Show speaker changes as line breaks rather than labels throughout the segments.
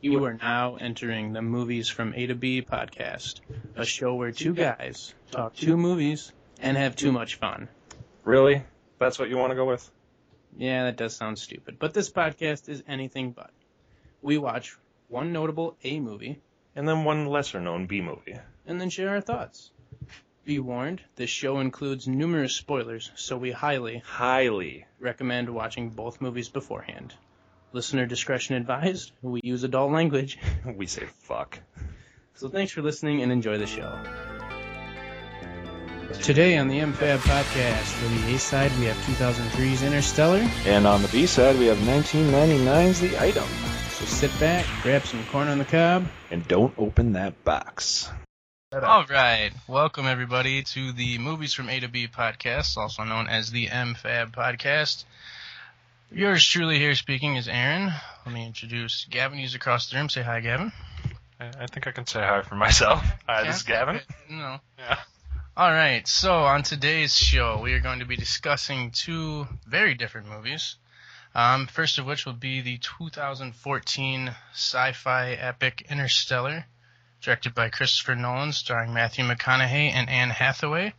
You are now entering the Movies from A to B podcast, a show where two guys talk two movies and have too much fun.
Really? That's what you want to go with?
Yeah, that does sound stupid, but this podcast is anything but. We watch one notable A movie
And then one lesser known B movie.
and then share our thoughts. Be warned, this show includes numerous spoilers, so we highly
Highly.
recommend watching both movies beforehand. Listener discretion advised, we use adult language,
We say fuck.
so thanks for listening and enjoy the show. Today on the MFAB podcast, from the A side, we have 2003's Interstellar.
And on the B side, we have 1999's The Item.
So sit back, grab some corn on the cob.
And don't open that box.
All right, welcome everybody to the Movies from A to B podcast, also known as the MFAB podcast. Yours truly here speaking is Aaron. Let me introduce Gavin. He's across the room. Say hi, Gavin.
I think I can say hi for myself.
Yeah.
Hi, Uh, this is Gavin.
No.
Yeah.
All right. So on today's show, we are going to be discussing two very different movies. Um, first of which will be the 2014 sci-fi epic Interstellar, directed by Christopher Nolan, starring Matthew McConaughey and Anne Hathaway.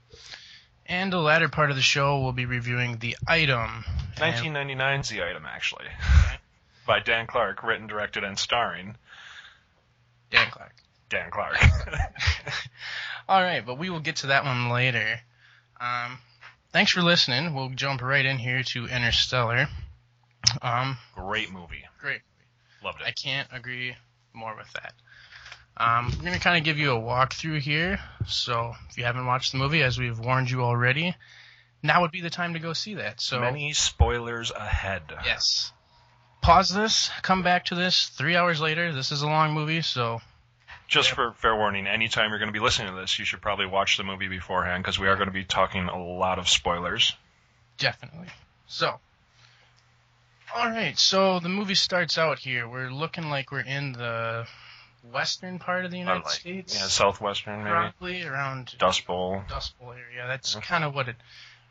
And the latter part of the show, we'll be reviewing The Item. And-
1999's The Item, actually. By Dan Clark, written, directed, and starring
Dan Clark.
Dan Clark.
All right, but we will get to that one later. Um, thanks for listening. We'll jump right in here to Interstellar. Um,
Great movie.
great.
Loved
I
it.
can't agree more with that. Um, I'm going to kind of give you a walkthrough here. So if you haven't watched the movie, as we've warned you already, now would be the time to go see that. So
Many spoilers ahead.
yes, pause this. Come back to this three hours later. This is a long movie, so
Just for fair warning, anytime you're going to be listening to this, you should probably watch the movie beforehand because we are going to be talking a lot of spoilers.
Definitely. So, all right. So the movie starts out here. We're looking like we're in the western part of the
Or
United
like,
States,
Yeah, southwestern maybe.
probably around
Dust Bowl.
Dust Bowl area. That's
Mhm.
kind of what it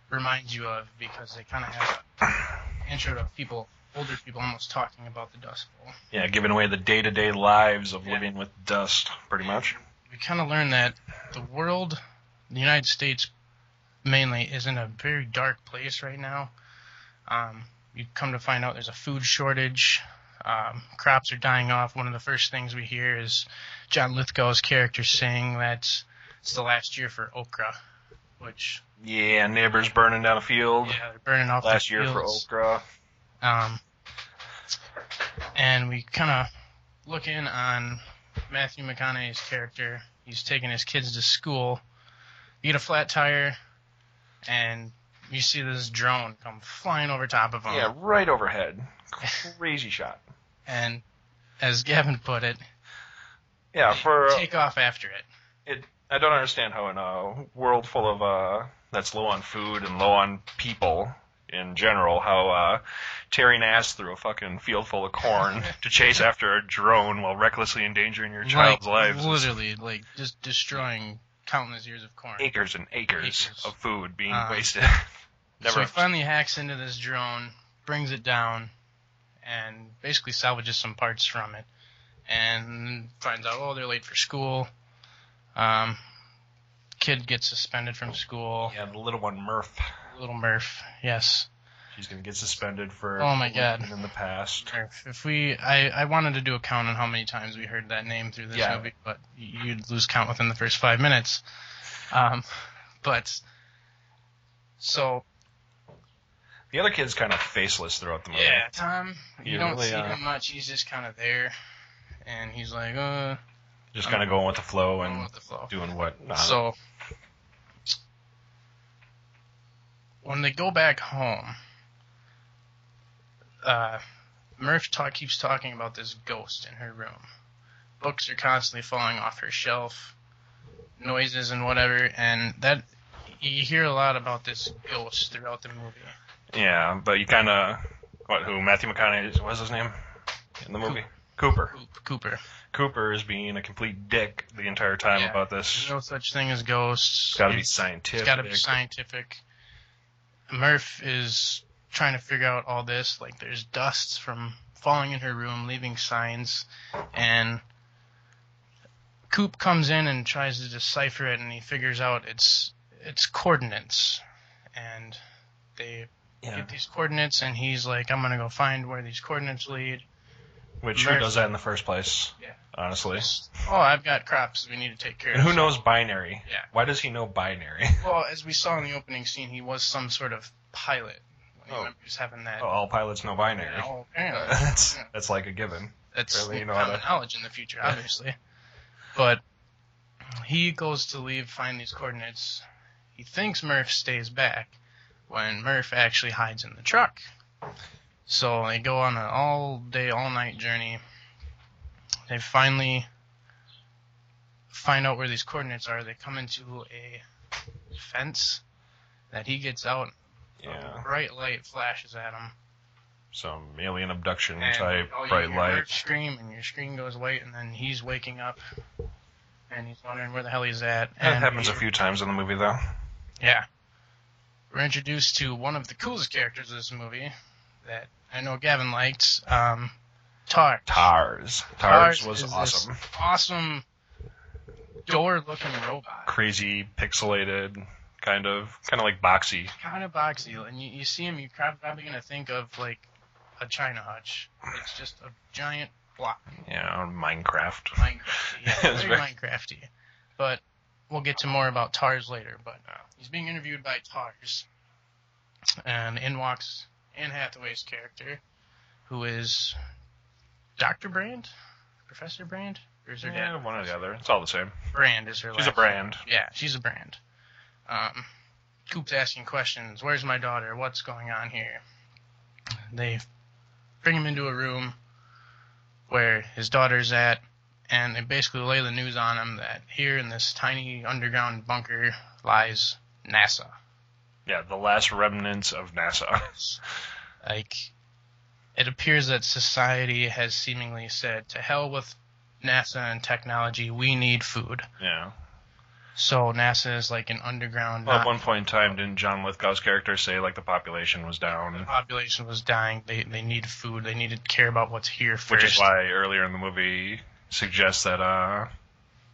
reminds you of because they kind of have an intro to people, older people, almost talking about the Dust Bowl.
Yeah, giving away the day to day lives of
Yeah.
living with dust, pretty much.
we kind of learned that the world, the United States mainly, is in a very dark place right now. Um, you come to find out there's a food shortage. Um, crops are dying off. One of the first things we hear is John Lithgow's character saying that it's the last year for okra, which
Yeah, neighbors burning down a field.
yeah, they're burning off
Last
their
year for
fields.
okra.
Um, and we kind of look in on Matthew McConaughey's character. He's taking his kids to school. You get a flat tire, and you see this drone come flying over top of him.
Yeah, right overhead. Crazy shot.
And as Gavin put it,
Yeah, for
take off after it.
it, I don't understand how in a world full of uh, that's low on food and low on people in general, how uh, tearing ass through a fucking field full of corn to chase after a drone while recklessly endangering your child's
like,
lives. is
Literally, like just destroying countless years of corn.
acres and acres,
Acres.
of food being
Um,
wasted.
So
Never.
he finally hacks into this drone, brings it down, and basically salvages some parts from it, and finds out oh they're late for school. Um, kid gets suspended from school.
yeah, the little one Murph.
Little Murph, yes.
She's gonna get suspended for
Oh my God.
in the past.
Murph. If we, I, I wanted to do a count on how many times we heard that name through this
Yeah.
movie, but you'd lose count within the first five minutes. Um, but so
The other kid's kind of faceless throughout the movie.
Yeah, Tom. You
You
don't
really
see
are.
him much. He's just kind of there, and he's like, "Uh,
Just kind of going with the flow
going
and
with the flow."
doing what. Nah,
So when they go back home, uh, Murph ta- keeps talking about this ghost in her room. Books are constantly falling off her shelf, noises and whatever, and that you hear a lot about this ghost throughout the movie.
yeah, but you kind of what? Who? Matthew McConaughey? is- What's his name in the movie? Cooper.
Coop- Cooper.
Cooper is being a complete dick the entire time
Yeah.
about this.
There's no such thing as ghosts.
It's got to be
It's-
scientific.
It's got to be scientific. Murph is trying to figure out all this. Like, there's dusts from falling in her room, leaving signs, and Coop comes in and tries to decipher it, and he figures out its its coordinates, and they
Yeah.
get these coordinates, and he's like, "I'm gonna go find where these coordinates lead."
Which who
Mer-
does that in the first place?
Yeah.
Honestly.
Oh, I've got crops we need to take care
And
of.
who knows binary?
Yeah.
Why does he know binary?
Well, as we saw in the opening scene, he was some sort of pilot. I
Oh.
remember just having that.
Oh, all pilots know binary.
Yeah, well, apparently.
that's
Yeah.
that's like a given.
Uh, That's
Really, you know,
common
the-
knowledge in the future, obviously. but he goes to leave, find these coordinates. He thinks Murph stays back when Murph actually hides in the truck. So they go on an all day, all night journey. They finally find out where these coordinates are. They come into a fence that he gets out.
Yeah.
A bright light flashes at him.
Some alien abduction
And
type
all you
bright
hear
light.
is Scream and your screen goes white, and then he's waking up, and he's wondering where the hell he's at.
That
and
happens a
we-
few times in the movie though.
Yeah, we're introduced to one of the coolest characters of this movie that I know Gavin liked, um, Tar.
Tars.
Tars
Tars was
is this-
awesome.
Awesome door-looking robot,
Crazy, pixelated, kind of kind of like boxy.
kind of boxy, and you, you see him, you're prob- probably gonna think of like a China hutch. It's just a giant block.
Yeah, Minecraft.
Minecraft. Yeah,
It's
very
very-
Minecrafty. But we'll get to more about Tars later. But uh, he's being interviewed by Tars, and in walks Anne Hathaway's character, who is Doctor Brand, Professor Brand, or is her
Yeah,
dad
one or the other. It's all the same.
Brand? Is her
She's a
last
brand.
name. Yeah, she's a Brand. Um, Coop's asking questions. Where's my daughter? What's going on here? They bring him into a room where his daughter's at, and they basically lay the news on him that here in this tiny underground bunker lies NASA.
Yeah, the last remnants of NASA.
Like, it appears that society has seemingly said, to hell with NASA and technology, we need food.
Yeah.
So NASA is like an underground.
Well,
non-
at one point in time, didn't John Lithgow's character say like the population was
the
down?
population was dying. They they need food. They need to care about what's here first.
Which is why earlier in the movie suggests that uh,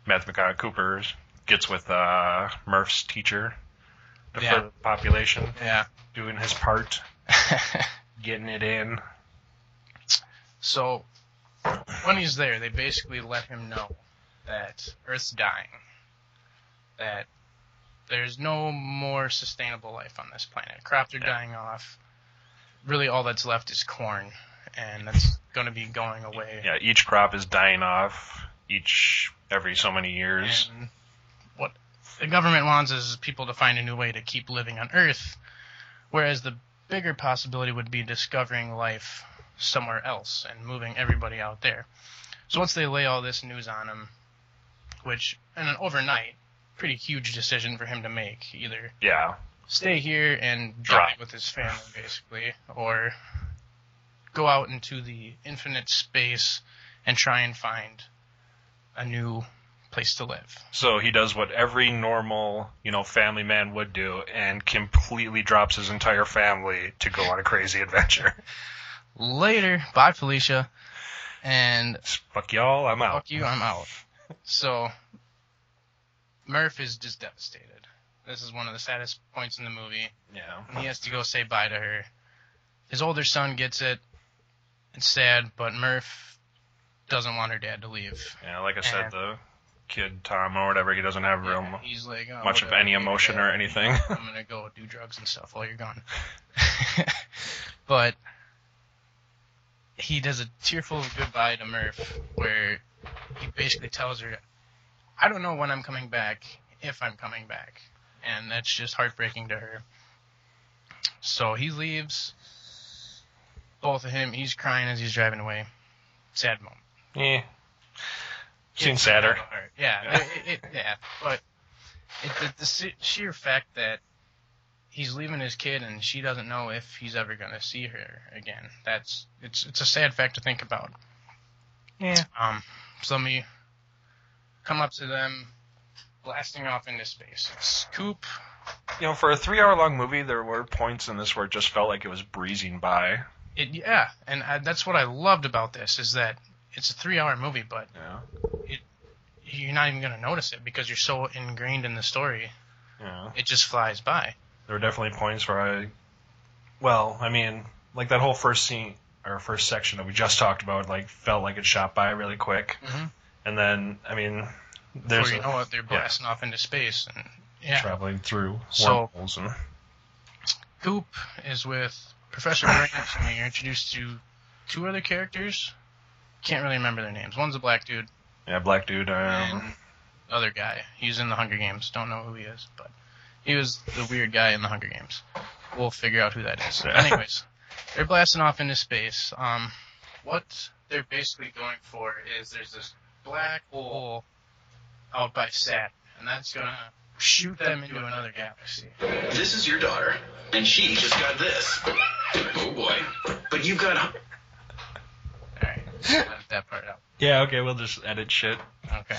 Matthew McConaughey Cooper gets with uh, Murph's teacher to
Yeah.
further the population,
Yeah.
doing his part, getting it in.
so when he's there, they basically let him know that Earth's dying. That there's no more sustainable life on this planet. Crops are
Yeah.
dying off. Really, all that's left is corn, and that's going to be going away.
Yeah, each crop is dying off each every so many years.
And what the government wants is people to find a new way to keep living on Earth, whereas the bigger possibility would be discovering life somewhere else and moving everybody out there. So once they lay all this news on him, which in an overnight, pretty huge decision for him to make, either
Yeah,
stay here and
Drop.
die with his family, basically, or go out into the infinite space and try and find a new place to live.
so he does what every normal you know family man would do, and completely drops his entire family to go on a crazy adventure.
later. Bye, Felicia. And
Fuck y'all, I'm out.
fuck you, I'm out. So Murph is just devastated. This is one of the saddest points in the movie.
Yeah.
And he has to go say bye to her. His older son gets it. It's sad, but Murph doesn't want her dad to leave.
Yeah, like I said,
And-
the kid Tom or whatever, he doesn't have real mu-
He's like "Oh,
much of
whatever,
any
take her
emotion
dad."
or anything.
I'm gonna go do drugs and stuff while you're gone. but he does a tearful goodbye to Murph, where he basically tells her, "I don't know when I'm coming back, if I'm coming back," and that's just heartbreaking to her. So he leaves. Both of him, he's crying as he's driving away. Sad moment.
yeah. Seen
It's
sadder.
kind of hard. Yeah,
Yeah.
It, it, it- yeah, but it, the, the se- sheer fact that he's leaving his kid and she doesn't know if he's ever going to see her again. That's it's it's a sad fact to think about.
Yeah.
Um, so let me come up to them, blasting off into space. It's Coop,
You know, for a three hour long movie, there were points in this where it just felt like it was breezing by.
It yeah, and I, that's what I loved about this is that it's a three-hour movie, but
Yeah.
you're not even gonna notice it because you're so ingrained in the story.
Yeah.
It just flies by.
There were definitely points where I, well, I mean, like that whole first scene or first section that we just talked about, like felt like it shot by really quick.
Mhm.
And then, I mean,
Before
there's
you know it, they're
yeah.
blasting off into space, and yeah,
traveling through
So-
wormholes and
Goop is with Professor Grant, and you're introduced to two other characters. Can't really remember their names. One's a black dude,
yeah, black dude. Um,
and the other guy. He's in the Hunger Games. Don't know who he is, but he was the weird guy in the Hunger Games. We'll figure out who that is.
Yeah.
Anyways, they're blasting off into space. Um, what they're basically going for is there's this black hole out by Saturn, and that's gonna shoot them into another galaxy.
This is your daughter, and she just got this. Oh boy. But you got.
All right, let that part out.
yeah, okay, we'll just edit shit.
Okay.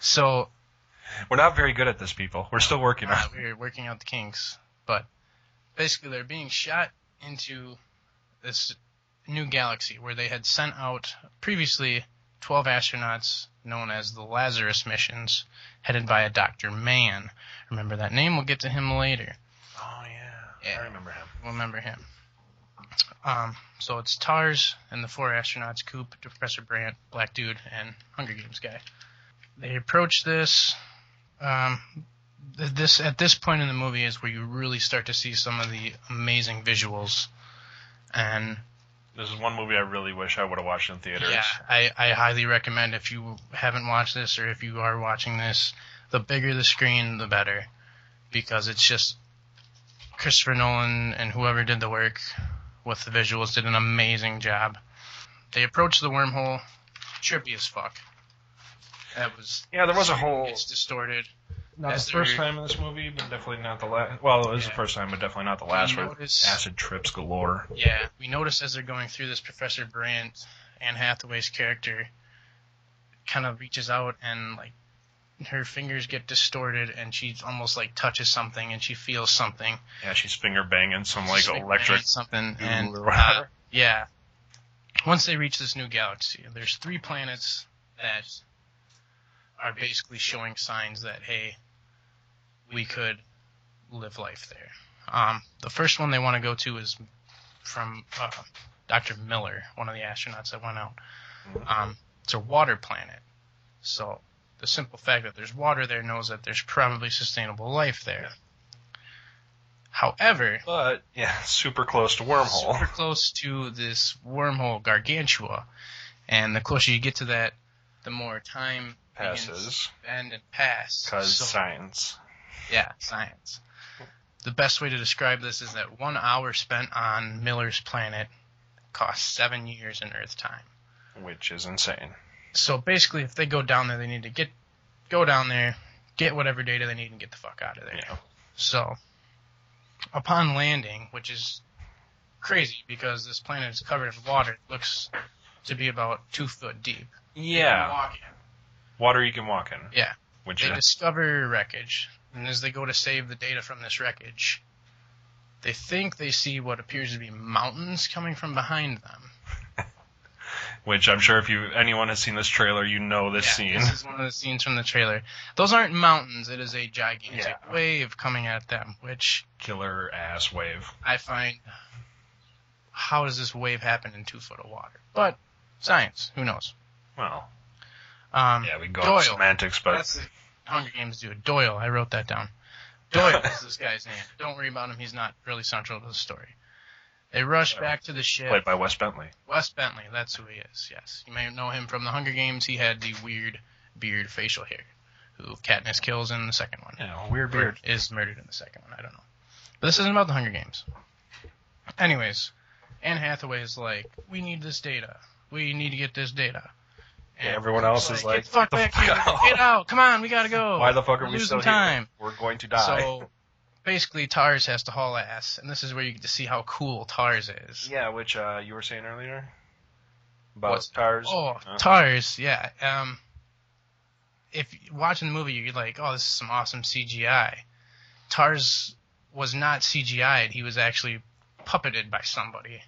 So
We're not very good at this, people. We're still working on.
uh,
it.
we were working out the kinks, but basically they're being shot into this new galaxy where they had sent out previously 12 astronauts known as the Lazarus missions, headed by a Dr. Mann. Remember that name? We'll get to him later.
Oh yeah,
Yeah.
I remember him.
We'll remember him. Um, so it's Tars and the four astronauts, Coop, Professor Brandt, Black Dude, and Hunger Games guy. They approach this. Um, th- this at this point in the movie is where you really start to see some of the amazing visuals, and
This is one movie I really wish I would have watched in theaters.
yeah, I, I highly recommend if you haven't watched this or if you are watching this, the bigger the screen, the better, because it's just Christopher Nolan and whoever did the work with the visuals did an amazing job. They approached the wormhole trippy as fuck. That was
Yeah, there was a whole
it's distorted.
not
As
the first
there-
time in this movie, but definitely not the last. Well, it was
Yeah.
the first time, but definitely not the last.
We
Where
notice-
acid trips galore.
Yeah, we notice as they're going through this, Professor Brandt, Anne Hathaway's character, kind of reaches out and like her fingers get distorted, and she almost like touches something, and she feels something,
Yeah, she's finger banging some like
She's
electric.
banging something,
goo
and
or
uh,
whatever.
yeah. Once they reach this new galaxy, there's three planets that are basically showing signs that hey, we could live life there. Um, the first one they want to go to is from uh, Dr. Miller, one of the astronauts that went out. Um, it's a water planet, so the simple fact that there's water there knows that there's probably sustainable life there. However,
But yeah, super close to wormhole.
super close to this wormhole gargantua and the closer you get to that the more time begins
passes
to bend and pass
because
So-
science.
yeah science the best way to describe this is that one hour spent on miller's planet costs seven years in earth time
Which is insane.
so basically if they go down there they need to get go down there get whatever data they need and get the fuck out of there
Yeah.
So, upon landing, which is crazy because this planet is covered in water, it looks to be about two foot deep.
Yeah.
Walking.
Water you can walk in.
Yeah.
Which
They
is
discover wreckage, and as they go to save the data from this wreckage, they think they see what appears to be mountains coming from behind them.
which I'm sure if you anyone has seen this trailer, you know this scene.
This is one of the scenes from the trailer. Those aren't mountains, it is a gigantic
Yeah.
wave coming at them, which
Killer ass wave.
I find how does this wave happen in two foot of water? But science, who knows?
Well,
Um,
yeah, we go
Doyle.
on semantics, but
That's the Hunger Games dude. Doyle, I wrote that down. Doyle is this guy's name. Don't worry about him. He's not really central to the story. They rush back to the ship.
played by Wes Bentley.
Wes Bentley, that's who he is. Yes, you may know him from the Hunger Games. He had the weird beard, facial hair, who Katniss kills in the second one.
Yeah, weird
Or is murdered in the second one. I don't know. But this isn't about the Hunger Games. Anyways, Anne Hathaway is like, we need this data. We need to get this data.
Yeah, everyone else is
get
like,
the fuck
"Get
back
the fuck
here.
out."
Get out. Come on, we gotta go.
Why the fuck are
We're
we
losing
still
time?
here? We're going to die.
So basically, Tars has to haul ass, and this is where you get to see how cool Tars is.
Yeah, which uh, you were saying earlier about
What's-
tires.
Oh,
Uh,
Tars, yeah. Um, if you- watching the movie, you're like, "Oh, this is some awesome CGI." Tars was not CGI'd; he was actually puppeted by somebody.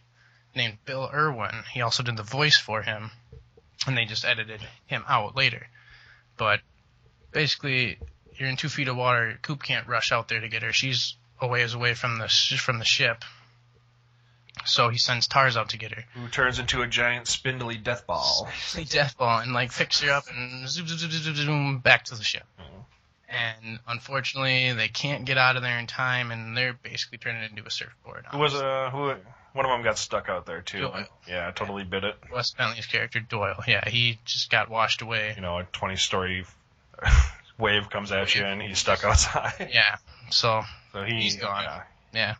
named Bill Irwin. He also did the voice for him, and they just edited him out later. But basically, you're in two feet of water. Coop can't rush out there to get her. She's a ways away from the sh- from the ship. So he sends Tars out to get her.
Who turns into a giant spindly death ball.
Play death ball and like fix her up and zoom zoom zoom zoom zoom, zoom back to the ship.
Mm-hmm.
And unfortunately, they can't get out of there in time, and they're basically turning into a surfboard.
Who was uh who one of them got stuck out there too.
Doyle.
Yeah, totally bit it.
Wes Bentley's character Doyle. Yeah, he just got washed away.
You know, a 20 story wave comes at you and he's stuck outside.
Yeah. So
So he,
He's gone.
yeah,
yeah.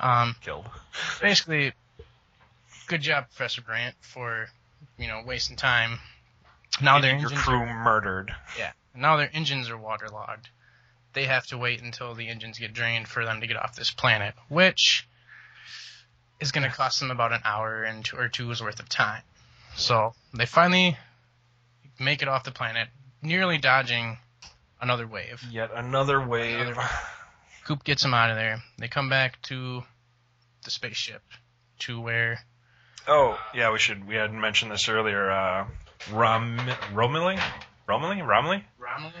Um,
killed.
basically, good job, Professor Grant, for you know wasting time. Now their
your
engines,
crew murdered.
yeah. Now their engines are waterlogged. They have to wait until the engines get drained for them to get off this planet, which is going to cost them about an hour and two or two's worth of time. So they finally make it off the planet, nearly dodging another wave.
Yet another wave.
Coop gets them out of there. They come back to the spaceship to where
Oh, yeah, we should we had mentioned this earlier. Uh Rom Romilly? Romilly? Romilly?
Romilly.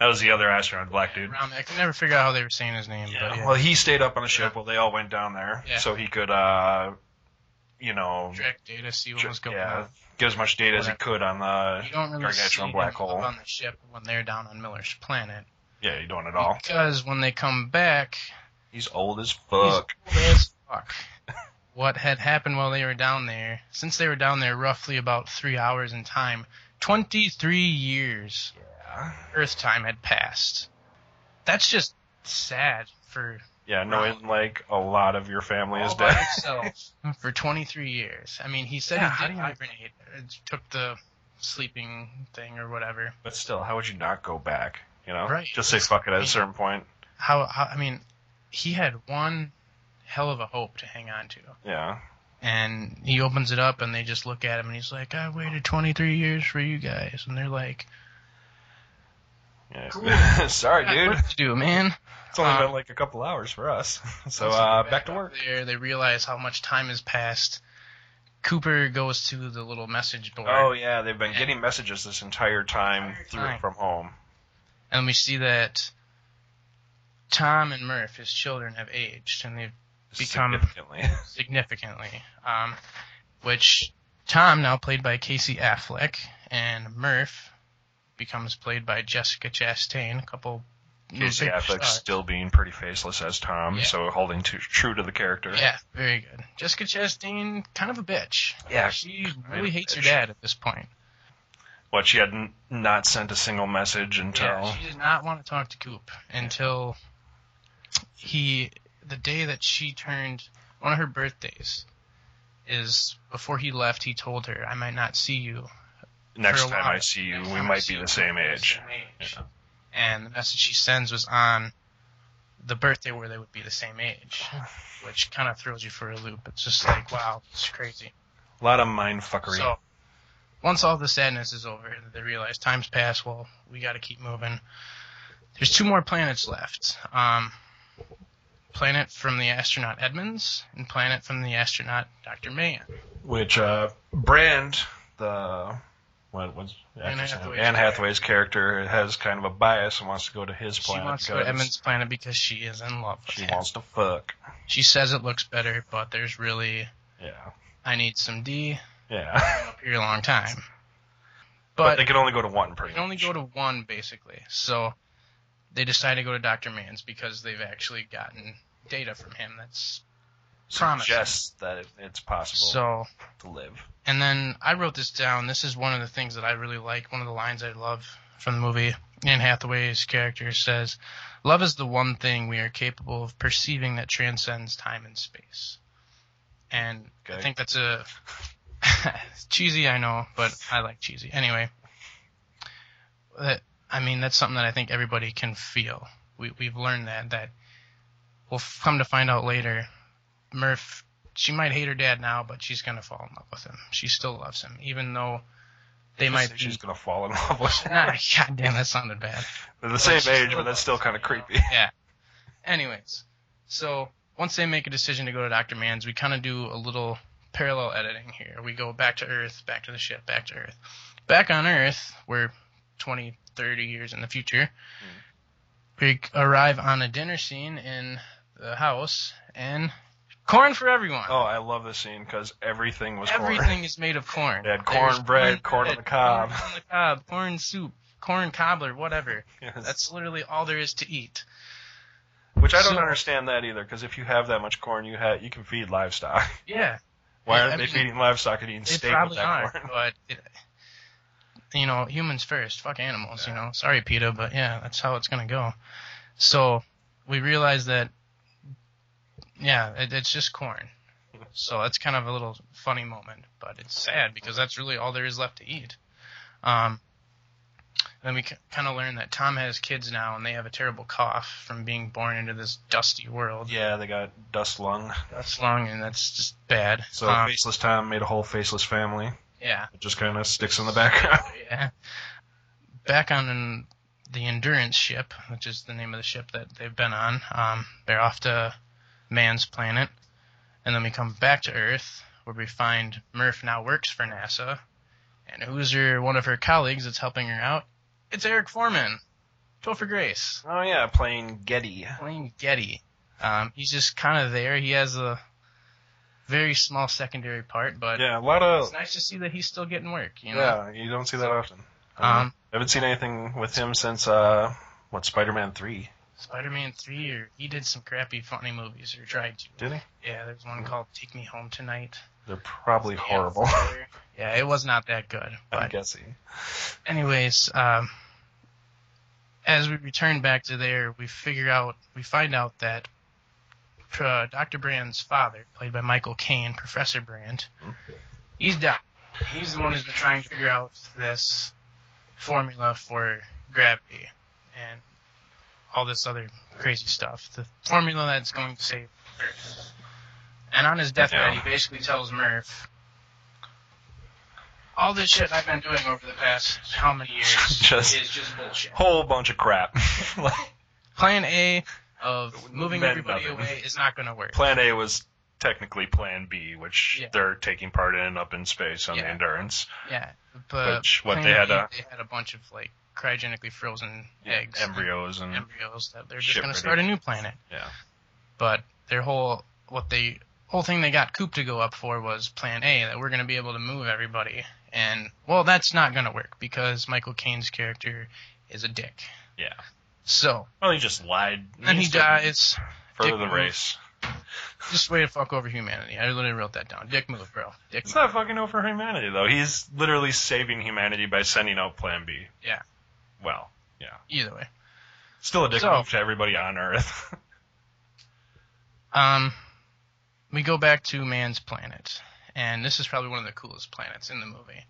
That was the other astronaut, black dude.
Romilly. I could never figure out how they were saying his name,
Yeah.
but yeah.
Well, he stayed up on the ship while they all went down there,
Yeah.
so he could, uh, you know,
direct data, see what
tr-
was going
yeah, get as much data as he could on
on. You
the.
don't really see
Gargantuan
them
black
up
hole.
on the ship when they're down on Miller's planet
Yeah, you don't at all.
because when they come back,
He's old as
he's
fuck.
old as fuck. What had happened while they were down there? Since they were down there, roughly about three hours in time, twenty-three years
Yeah.
Earth time had passed. That's just sad for
Yeah, knowing like a lot of your family is
all by
dead.
himself for 23 years. I mean, he said
Yeah,
he
how
did
do you-
hibernate, uh, took the sleeping thing or whatever.
but still, how would you not go back? You know,
Right.
just say fuck it at a certain point.
How, how? I mean, he had one hell of a hope to hang on to,
Yeah.
and he opens it up, and they just look at him, and he's like, "I waited 23 years for you guys," and they're like,
yeah.
Cool.
Sorry,
"God,
dude.
"What to do, man?"
It's only
Uh,
been like a couple hours for us. So uh, back to
up
work.
There, they realize how much time has passed. Cooper goes to the little message board.
Oh yeah, they've been getting messages this entire time through
Right.
from home.
and we see that Tom and Murph, his children, have aged and they've Become-
significantly.
significantly. Um, which Tom, now played by Casey Affleck, and Murph becomes played by Jessica Chastain. A couple.
Casey
big
Affleck
stars.
still being pretty faceless as Tom,
Yeah.
so holding to, true to the character.
Yeah, very good. Jessica Chastain, kind of a bitch.
Yeah,
she
of
really
a
hates her
bitch.
dad at this point.
What she had n- not sent a single message until
Yeah, she did not want to talk to Coop until he the day that she turned one of her birthdays is before he left he told her I might not see you
next
for a
time
while.
I see you,
Next
we
time I
might
see
be
you,
the same
we're the
age.
age. And the message she sends was on the birthday where they would be the same age, which kind of throws you for a loop. It's just like, wow, it's crazy.
A lot of mind fuckery.
So once all the sadness is over, they realize time's passed. Well, we got to keep moving. There's two more planets left. Um, planet from the astronaut Edmonds and planet from the astronaut Dr. Mayan.
Which uh, Brand, the what was the
Anne
actress name?
Hathaway's
Anne Hathaway's character has kind of a bias and wants to go to his
She
planet
wants to go
because
to Edmonds' planet because she is in love with
she
him.
wants to fuck.
She says it looks better, but there's really
Yeah,
I need some D
yeah.
up here a long time.
But,
But,
they can only go to one.
they
Pretty
can only
much.
go to one basically. So they decide to go to Dr. Mann's because they've actually gotten data from him that's promise.
suggests that it, it's possible
So,
to live.
and then I wrote this down. This is one of the things that I really like. One of the lines I love from the movie. Anne Hathaway's character says, "Love is the one thing we are capable of perceiving that transcends time and space." And I
Okay.
think that's a it's cheesy, I know, but I like cheesy anyway. That I mean, that's something that I think everybody can feel. We we've learned that that we'll f- come to find out later. Murph, she might hate her dad now, but she's gonna fall in love with him. She still loves him, even though they
Just
might
that
be.
she's gonna fall in love with him.
Nah, God damn, that sounded bad.
They're the same
she's
age,
still
but that's still kind of creepy.
Yeah. Anyways, so once they make a decision to go to Dr. Mann's, we kind of do a little parallel editing here. We go back to Earth, back to the ship, back to Earth. Back on Earth, we're 20, 30 years in the future.
Hmm.
We arrive on a dinner scene in the house and corn for everyone.
Oh, I love this scene because everything was corn.
Everything is made of corn.
They had
There's
cornbread, corn on the cob.
Corn on the cob, corn soup, corn cobbler, whatever.
Yes.
That's literally all there is to eat.
Which I don't
so-
understand that either because if you have that much corn, you ha you can feed livestock.
Yeah,
Why
Yeah,
aren't
I
they
mean,
feeding livestock and eating
they
steak with
probably
that
are,
corn?
but it, you know, humans first. Fuck animals. You know, sorry, PETA, but yeah, that's how it's gonna go. So we realize that, yeah, it, it's just corn. So that's kind of a little funny moment, but it's sad because that's really all there is left to eat. Um, then we kind of learn that Tom has kids now, and they have a terrible cough from being born into this dusty world.
Yeah, they got dust lung.
That's long, and that's just bad.
So
Um,
faceless Tom made a whole faceless family.
yeah.
It just kind of sticks in the background.
Yeah. Back on in the endurance ship, which is the name of the ship that they've been on, um, they're off to man's planet. And then we come back to Earth, where we find Murph now works for NASA. And who's her one of her colleagues that's helping her out? It's Eric Foreman, Topher Grace,
oh yeah, playing Getty.
Wayne Getty. Um, he's just kind of there. He has a very small secondary part, but
Yeah, a lot of
it's nice to see that he's still getting work. You know,
yeah. You don't see that often.
Um,
I haven't seen anything with him since uh, what Spider-Man three?
Spider-Man three, or he did some crappy, funny movies, or tried to.
Did he?
Yeah, there's one called "Take Me Home Tonight."
They're probably
Yeah,
horrible.
Yeah, it was not that good.
I'm
But
guessing.
anyways, um, as we return back to there, we figure out, we find out that uh, Dr. Brand's father, played by Michael Caine, Professor Brand, he's down. He's the one who's been trying to figure out this formula for gravity and all this other crazy stuff. The formula that's going to save Earth. And on his deathbed,
Yeah.
he basically tells Murph, all this shit I've been doing over the past how many years
Just-
is just bullshit.
Whole bunch of crap. Like,
Plan A of moving
meant
everybody
nothing.
away is not going to work.
plan A was technically Plan B, which
Yeah.
they're taking part in up in space on the
Yeah.
Endurance.
Yeah, but
Which, what,
Plan
they had
B,
a-
they had a bunch of like cryogenically frozen eggs,
Embryos and
embryos that they're just
Shit
going to
ready.
start a new planet.
yeah.
But their whole what they whole thing they got Coop to go up for was Plan A that we're going to be able to move everybody, and well, that's not going to work because Michael Caine's character is a dick.
Yeah.
So
Well, he just lied.
then he
He's still
dies.
Further
Dick
the
move.
race.
Just way to fuck over humanity. I literally wrote that down. Dick move, bro. Dick
It's
move.
not fucking over humanity though. He's literally saving humanity by sending out Plan B.
Yeah.
Well,
Either way.
still a dick
So-
move to everybody on Earth.
Um, we go back to man's planet, and this is probably one of the coolest planets in the movie.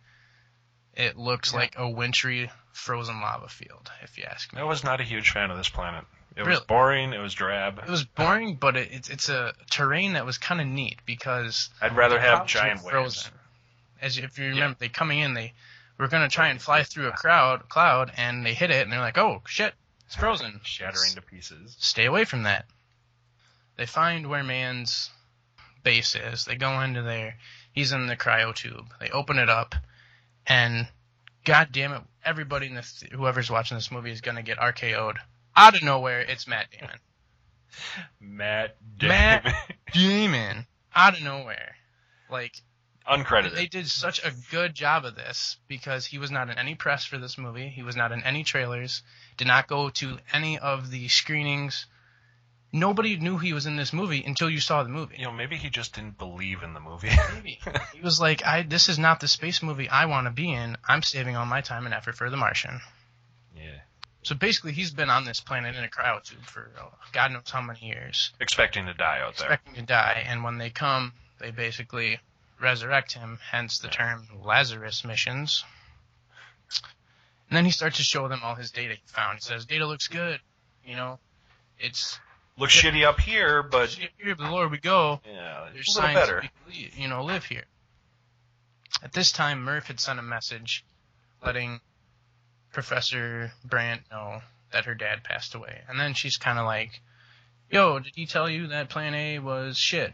It looks
Yeah.
like a wintry frozen lava field, if you ask me.
I was not a huge fan of this planet. It was
Really?
boring. It was drab.
It was boring, but it, it's it's a terrain that was kind of neat because
I'd rather have
clouds were
giant waves.
frozen. As you- if you remember, they coming in, they were gonna try and fly through a crowd cloud, and they hit it, and they're like, "Oh shit, it's frozen,
shattering to pieces.
stay away from that. They find where man's base is. They go into there. He's in the cryo tube. They open it up, and god damn it, everybody in this, whoever's watching this movie is gonna get RKO'd out of nowhere. It's Matt Damon.
Matt
Matt-
Damon.
Damon out of nowhere. Like
uncredited.
they did such a good job of this because he was not in any press for this movie. He was not in any trailers. Did not go to any of the screenings. Nobody knew he was in this movie until you saw the movie.
you know, maybe he just didn't believe in the movie.
Maybe. he was like, "I this is not the space movie I want to be in. I'm saving all my time and effort for The Martian."
yeah.
So basically, he's been on this planet in a cryo tube for uh, God knows how many years.
Expecting to die out there.
expecting to die, and when they come, they basically resurrect him, hence the term Lazarus missions. And then he starts to show them all his data he found. He says, Data looks good. You know, it's
Looks shitty up here, but
here, the lower we go,
yeah,
there's
a
signs
little better.
we can, you know, live here. At this time, Murph had sent a message letting Professor Brandt know that her dad passed away. And then she's kind of like, Yo, did he tell you that Plan A was shit?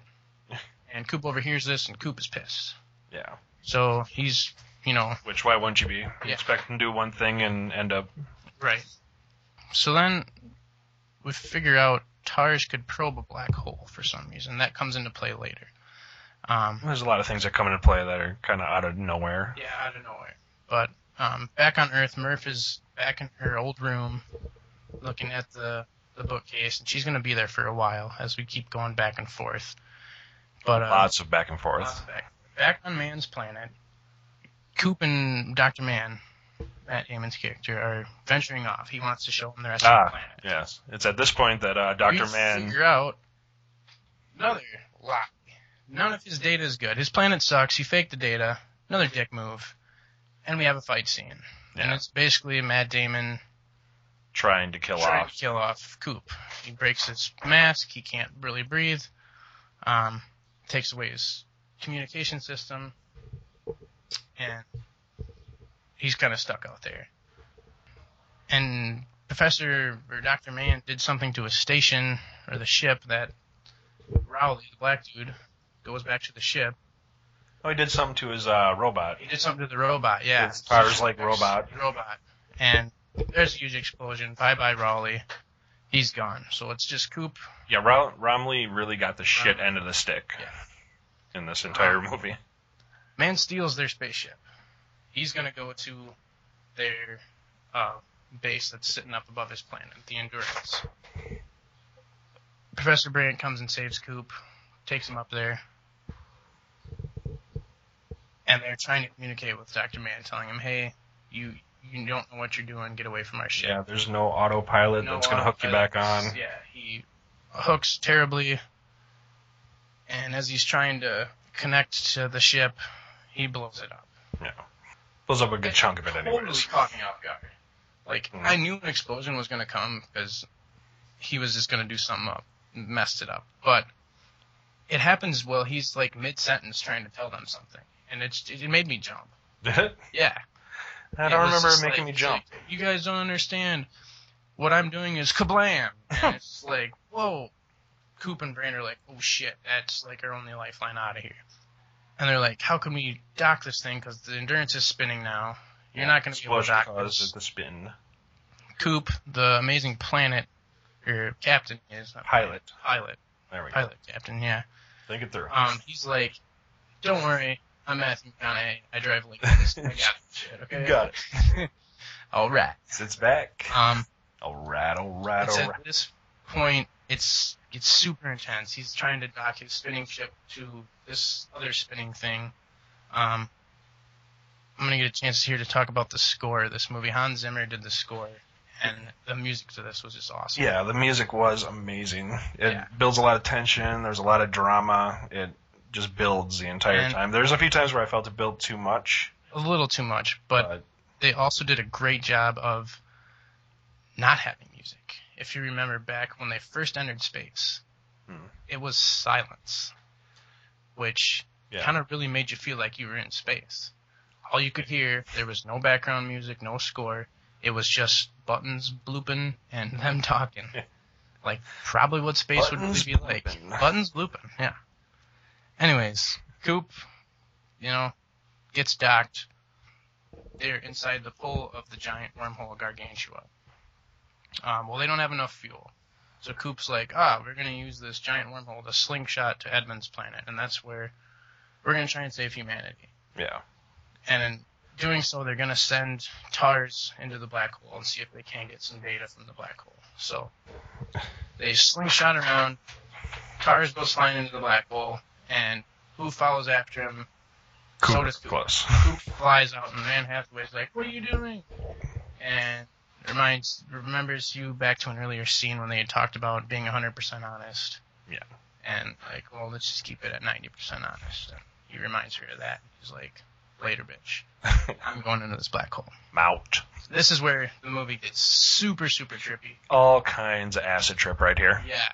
and Coop overhears this, and Coop is pissed.
Yeah.
So he's, you know,
Which why wouldn't you be? You
Yeah.
expect them to do one thing and end up
right. So then we figure out TARS could probe a black hole for some reason. That comes into play later. Um,
there's a lot of things that come into play that are kinda out of nowhere.
yeah, out of nowhere. But um, back on Earth, Murph is back in her old room, looking at the the bookcase, and she's going to be there for a while as we keep going back and forth. But uh,
Lots of back and forth.
Back, back on Man's planet, Coop and Dr. Man, Matt Damon's character, are venturing off. He wants to show them the rest of the
Ah,
planet.
yes. It's at this point that uh, Doctor
We
Man
figure out another lie. None of his data is good. His planet sucks. He faked the data. Another dick move, and we have a fight scene. And
yeah,
it's basically Matt Damon
trying to kill
trying
off.
to kill off Coop. He breaks his mask. He can't really breathe. Um, takes away his communication system, and he's kind of stuck out there. And Professor or Doctor Man did something to his station or the ship that Rowley, the black dude, goes back to the ship.
Oh, he did something to his uh, robot.
He did something to the robot. Yeah,
It's Tars like robot.
Robot. And there's a huge explosion. Bye bye, Rowley. He's gone. So it's just Coop
Yeah, Ro- Romley really got the shit end of the stick
Yeah.
in this entire movie.
Man steals their spaceship. He's gonna go to their uh, base that's sitting up above his planet, the Endurance. Professor Brant comes and saves Coop, takes him up there, and they're trying to communicate with Doctor Man, telling him, "Hey, you you don't know what you're doing. Get away from our ship."
Yeah, there's no autopilot
No
that's going to hook you
autopilot.
back on.
Yeah, he hooks terribly, and as he's trying to connect to the ship, he blows it up.
Blows up a good chunk of it, anyways.
Totally caught me off guard. Like
Mhm.
I knew an explosion was going to come because he was just going to do something up, messed it up. But it happens while he's like mid sentence trying to tell them something, and it's it made me jump. Yeah,
I
it was
don't remember it
just
making
like-
me jump.
it's like, you guys don't understand. What I'm doing is kablam. And it's just like, whoa. Coop and Brand are like, oh shit, that's like our only lifeline out of here. And they're like, how can we dock this thing? Because the endurance is spinning now. You're not going to be able to
Explosion
dock
caused
this.
it to spin.
Coop, the amazing planet, or captain is not
Pilot.
pilot,
There we go.
pilot captain, yeah.
Think it through.
Um, he's like, don't worry, I'm Matthew McConaughey. I drive Lincolns. I got this shit. Okay,
You got it.
all right.
Sits back.
Um,
All right, all right,
It's
all
at
right.
this point, it's it's super intense. He's trying to dock his spinning ship to this other spinning thing. Um, I'm gonna get a chance here to talk about the score of this movie. Hans Zimmer did the score, and the music to this was just awesome.
Yeah, the music was amazing. It
Yeah.
builds a lot of tension. There's a lot of drama. It just builds the entire
And-
time. There's a few times where I felt it built too much,
a little too much, but
but
they also did a great job of not having music. If you remember back when they first entered space,
Hmm.
it was silence, which
Yeah.
kind of really made you feel like you were in space. All you could hear, there was no background music, no score. It was just buttons blooping and them talking. like probably what space would
Buttons
really be like.
blooping.
Buttons blooping, yeah. Anyways, Coop, you know, gets docked. They're inside the pull of the giant wormhole Gargantua. Um, well, they don't have enough fuel. So Coop's like, ah, we're going to use this giant wormhole to slingshot to Edmund's planet, and that's where we're going to try and save humanity.
yeah.
And in doing so, they're going to send TARS into the black hole and see if they can get some data from the black hole. So they slingshot around. TARS goes flying into the black hole, and who follows after him? So
Cool.
does Coop.
Close.
Coop flies out, and Van Hathaway's like, "What are you doing?" And reminds remembers you back to an earlier scene when they had talked about being 100% honest.
Yeah.
And like, well, let's just keep it at 90% honest. And he reminds her of that. He's like, "Later, bitch. I'm going into this black hole."
Mount.
This is where the movie gets super, super trippy.
All kinds of acid trip right here.
Yeah.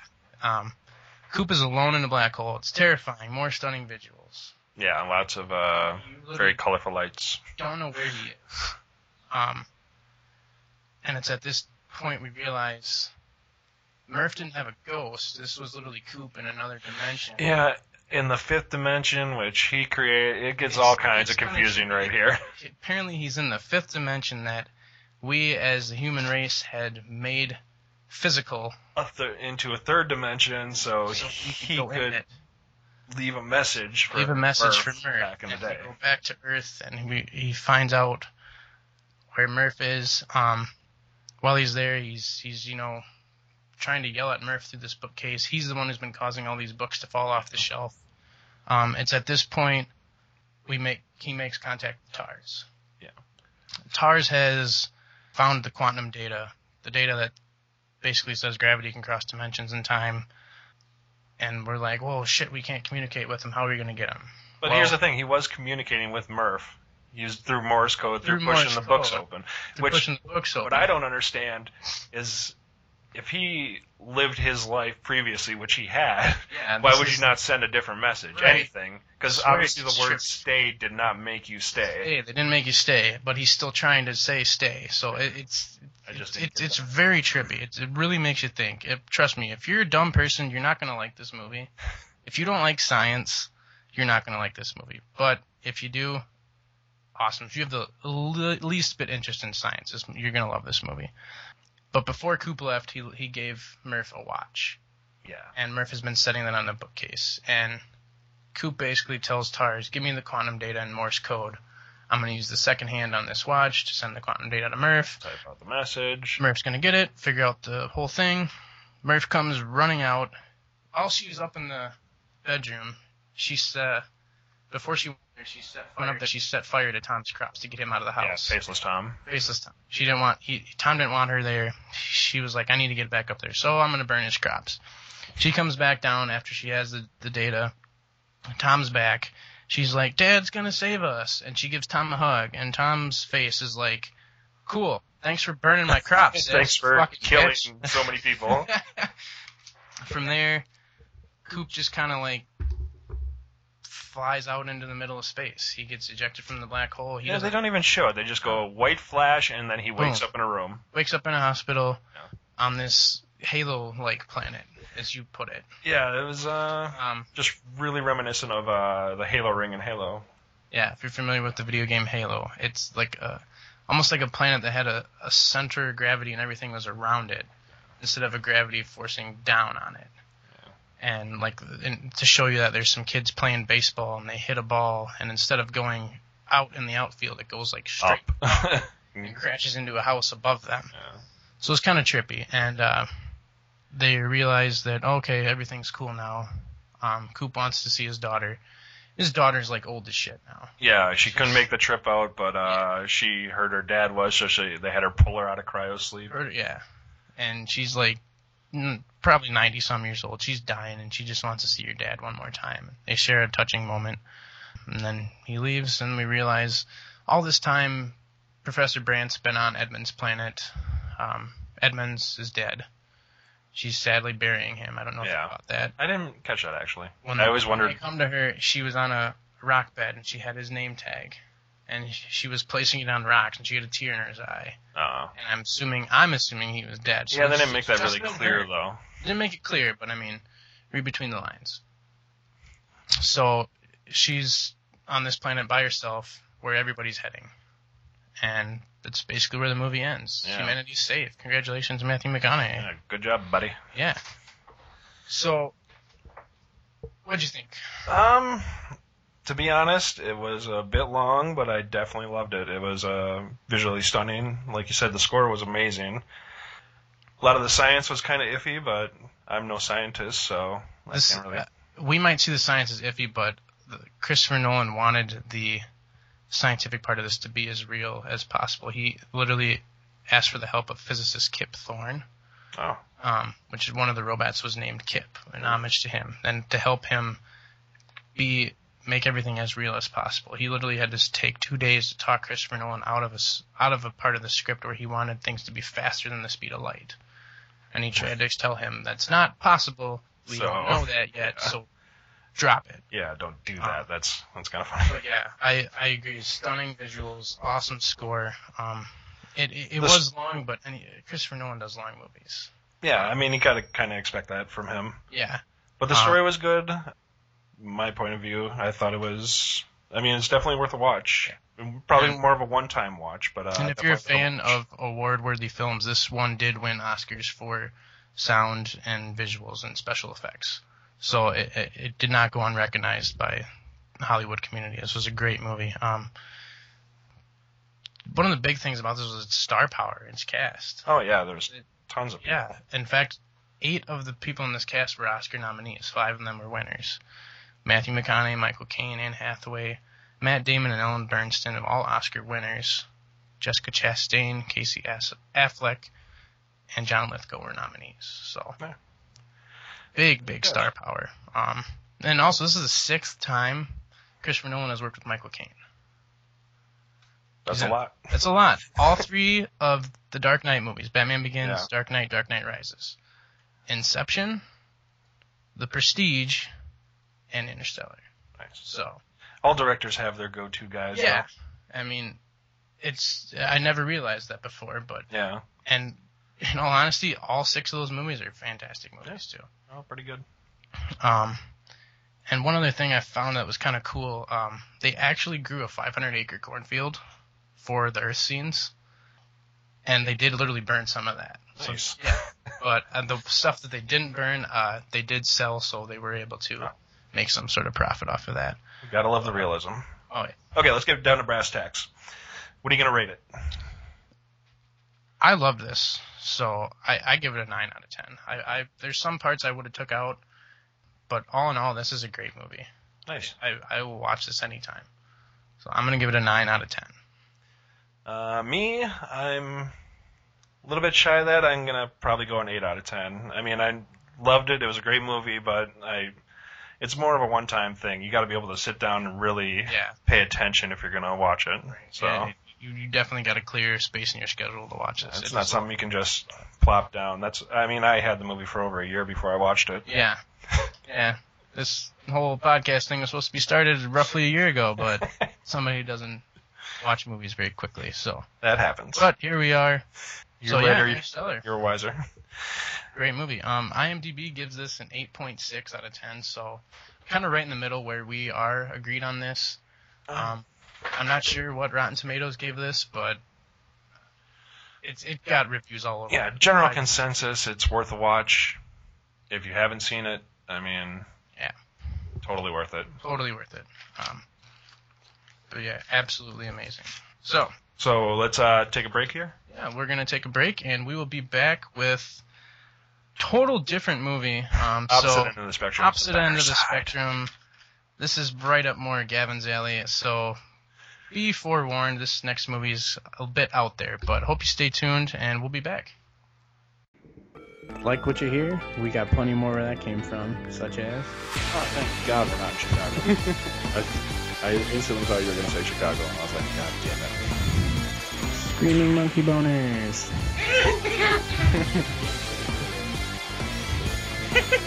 Um, Coop is alone in the black hole. It's terrifying. More stunning visuals.
Yeah, and lots of uh,
You
very
literally
colorful lights.
don't know where he is. Um, and it's at this point we realize Murph didn't have a ghost. This was literally Coop in another dimension.
Yeah, in the fifth dimension, which he created. It gets
It's-
all kinds of
it's kinda-
confusing right here.
apparently he's in the fifth dimension that we as the human race had made physical
Up the, into a third dimension, so,
so
Oh, he,
we could go in
could
it,
leave a message for
leave a message
Murph
for Murph
back in the
and we
day.
go back to Earth and we, he finds out where Murph is. Um, while he's there, he's he's you know trying to yell at Murph through this bookcase. He's the one who's been causing all these books to fall off the shelf. Um, it's at this point we make he makes contact with Tars.
Yeah.
Tars has found the quantum data, the data that basically says gravity can cross dimensions and time. And we're like, whoa, shit, we can't communicate with him. How are we going to get him?
But
Well-
here's the thing: he was communicating with Murph. He was through Morse code, through,
Through
pushing
Morse
the books
code.
open.
They're
Which-
pushing the books open.
What I don't understand is if he lived his life previously, which he had,
Yeah,
why
this
would
is-
you not send a different message,
Right.
anything? Because
It's very
obviously the word
strict.
"stay" did not make you stay.
Hey, they didn't make you stay, but he's still trying to say stay. So it, it's
I just didn't
it's
get
it's very trippy. It, it really makes you think. It, trust me, if you're a dumb person, you're not gonna like this movie. If you don't like science, you're not gonna like this movie. But if you do, awesome. If you have the le- least bit interest in science, this, you're gonna love this movie. But before Coop left, he he gave Murph a watch
Yeah.
and Murph has been setting that on the bookcase. And Coop basically tells Tars, "Give me the quantum data in Morse code. I'm going to use the second hand on this watch to send the quantum data to Murph.
Type out the message.
Murph's going to get it, figure out the whole thing. Murph comes running out. While she was up in the bedroom, she uh, before she she set fire. Up that she set fire to Tom's crops to get him out of the
Yeah,
house.
faceless Tom.
Faceless Tom. She didn't want he Tom didn't want her there. She was like, I need to get back up there, so I'm gonna burn his crops. She comes back down after she has the, the data. Tom's back. She's like, Dad's gonna save us and she gives Tom a hug and Tom's face is like, Cool, thanks for burning my crops.
Thanks
you
for
fucking
killing
bitch."
so many people.
From there, Coop just kinda like flies out into the middle of space. He gets ejected from the black hole. He
yeah,
doesn't
they don't even show it. They just go white flash, and then he wakes
Boom.
up in a room.
wakes up in a hospital
Yeah.
on this halo like planet, as you put it.
Yeah, it was uh,
Um,
just really reminiscent of uh, the Halo ring in Halo.
yeah, if you're familiar with the video game Halo, it's like a, almost like a planet that had a, a center of gravity and everything was around it instead of a gravity forcing down on it. And like and to show you that there's some kids playing baseball and they hit a ball and instead of going out in the outfield, it goes like straight
Up.
and crashes into a house above them.
Yeah.
So it's kind of trippy, and uh, they realize that okay, everything's cool now. Um, Coop wants to see his daughter. His daughter's like old as shit now.
Yeah, she couldn't make the trip out, but uh, she heard her dad was, so she, they had her pull her out of cryo sleep.
Or- yeah, and she's like mm, probably ninety some years old. She's dying, and she just wants to see her dad one more time. They share a touching moment, and then he leaves, and we realize all this time Professor Brandt's been on Edmund's planet. Um, Edmund's is dead. She's sadly burying him. I don't know if you
Yeah.
about that.
I didn't catch that actually.
when
I always
When
wondered.
I come to her, she was on a rock bed and she had his name tag, and sh- she was placing it on rocks, and she had a tear in her eye.
Uh,
And I'm assuming, I'm assuming he was dead. So
yeah, they
it's-
didn't make that
it's
really
just
clear
her.
though.
Didn't make it clear, but I mean, read between the lines. So she's on this planet by herself, where everybody's heading, and that's basically where the movie ends.
Yeah.
Humanity's safe. Congratulations, Matthew McConaughey.
Yeah, good job, buddy.
yeah. So, what'd you think?
Um, to be honest, it was a bit long, but I definitely loved it. It was uh, visually stunning. Like you said, the score was amazing. A lot of the science was kind of iffy, but I'm no scientist, so I
This-
can't really.
uh, we might see the science as iffy, but the, Christopher Nolan wanted the scientific part of this to be as real as possible. He literally asked for the help of physicist Kip Thorne,
oh,
um, which is one of the robots was named Kip, in homage to him, and to help him be make everything as real as possible. He literally had to take two days to talk Christopher Nolan out of a s- out of a part of the script where he wanted things to be faster than the speed of light, and he tried to tell him that's not possible. We
So-
don't know that yet,
yeah.
so drop it.
yeah, don't do
Uh,
that. That's that's kind of funny.
But yeah, I, I agree. Stunning visuals, awesome score. Um, it it, it
The s-
was long, but any, Christopher Nolan does long movies.
Yeah, I mean, you gotta kind of expect that from him.
Yeah.
But the
Uh,
story was good.
my point of view, I thought it was. I mean, it's definitely worth a watch. Probably
Yeah.
more of a one-time watch, but uh,
and if you're a fan
definitely worth a watch.
of award-worthy films, this one did win Oscars for sound and visuals and special effects. So it, it, it did not go unrecognized by the Hollywood community. This was a great movie. Um, one of the big things about this was its star power, its cast.
oh yeah, there's tons of people.
Yeah, in fact, eight of the people in this cast were Oscar nominees. Five of them were winners. Matthew McConaughey, Michael Caine, Anne Hathaway, Matt Damon, and Ellen Bernstein of all Oscar winners. Jessica Chastain, Casey As- Affleck, and John Lithgow were nominees. So
Yeah.
big, big
Yes.
star power. Um, and also this is the sixth time Christopher Nolan has worked with Michael Caine.
That's
Yeah.
a lot.
That's a lot. All three of the Dark Knight movies Batman Begins,
Yeah.
Dark Knight, Dark Knight Rises, Inception, The Prestige, and Interstellar.
Nice.
So,
All directors have their go-to guys.
yeah. I mean, it's. I never realized that before, but.
though. Yeah.
And in all honesty, all six of those movies are fantastic movies, too.
Oh, pretty good.
Um, and one other thing I found that was kind of cool, um, they actually grew a 500 acre cornfield for the Earth scenes, and they did literally burn some of that. So-
Nice.
yeah, but uh, the stuff that they didn't burn, uh, they did sell, so they were able to make some sort of profit off of that.
Gotta love the realism.
Oh, yeah.
Okay, let's get down to brass tacks. What are you gonna rate it?
I love this, so I, I give it a nine out of ten. I, I there's some parts I would have took out, but all in all, this is a great movie.
Nice.
I, I will watch this anytime. So I'm gonna give it a nine out of ten.
Uh, me, I'm a little bit shy of that. I'm gonna probably go an eight out of ten. I mean, I loved it. It was a great movie, but I, it's more of a one-time thing. You got to be able to sit down and really
Yeah.
pay attention if you're gonna watch it. So
Yeah, you, you definitely got to clear space in your schedule to watch this.
it's
It
not
is-
something you can just plop down. That's. I mean, I had the movie for over a year before I watched it.
Yeah. Yeah. This whole podcast thing was supposed to be started roughly a year ago, but somebody doesn't watch movies very quickly. So,
That happens.
but here we are.
Year
so
later,
yeah,
you-
Interstellar.
you're wiser.
great movie. Um, IMDb gives this an 8.6 out of 10, so kind of right in the middle where we are agreed on this.
Uh-huh.
Um, I'm not sure what Rotten Tomatoes gave this, but it's it got reviews all over.
yeah, general
I-
consensus. It's worth a watch. If you haven't seen it, I mean,
Yeah.
totally worth it.
totally worth it. Um, but yeah, absolutely amazing. So
So let's uh, take a break here.
yeah, we're gonna take a break and we will be back with total different movie. Um,
Opposite
so
end of the spectrum. is the
opposite end
better
of the
side.
spectrum. This is right up more Gavin's alley. So be forewarned, this next movie's a bit out there, but hope you stay tuned and we'll be back. Like what you hear? We got plenty more where that came from, such as.
Oh, thank God we're not in Chicago. I, I instantly thought you were going to say Chicago, and I was like, God damn it.
Screaming Monkey Boners. we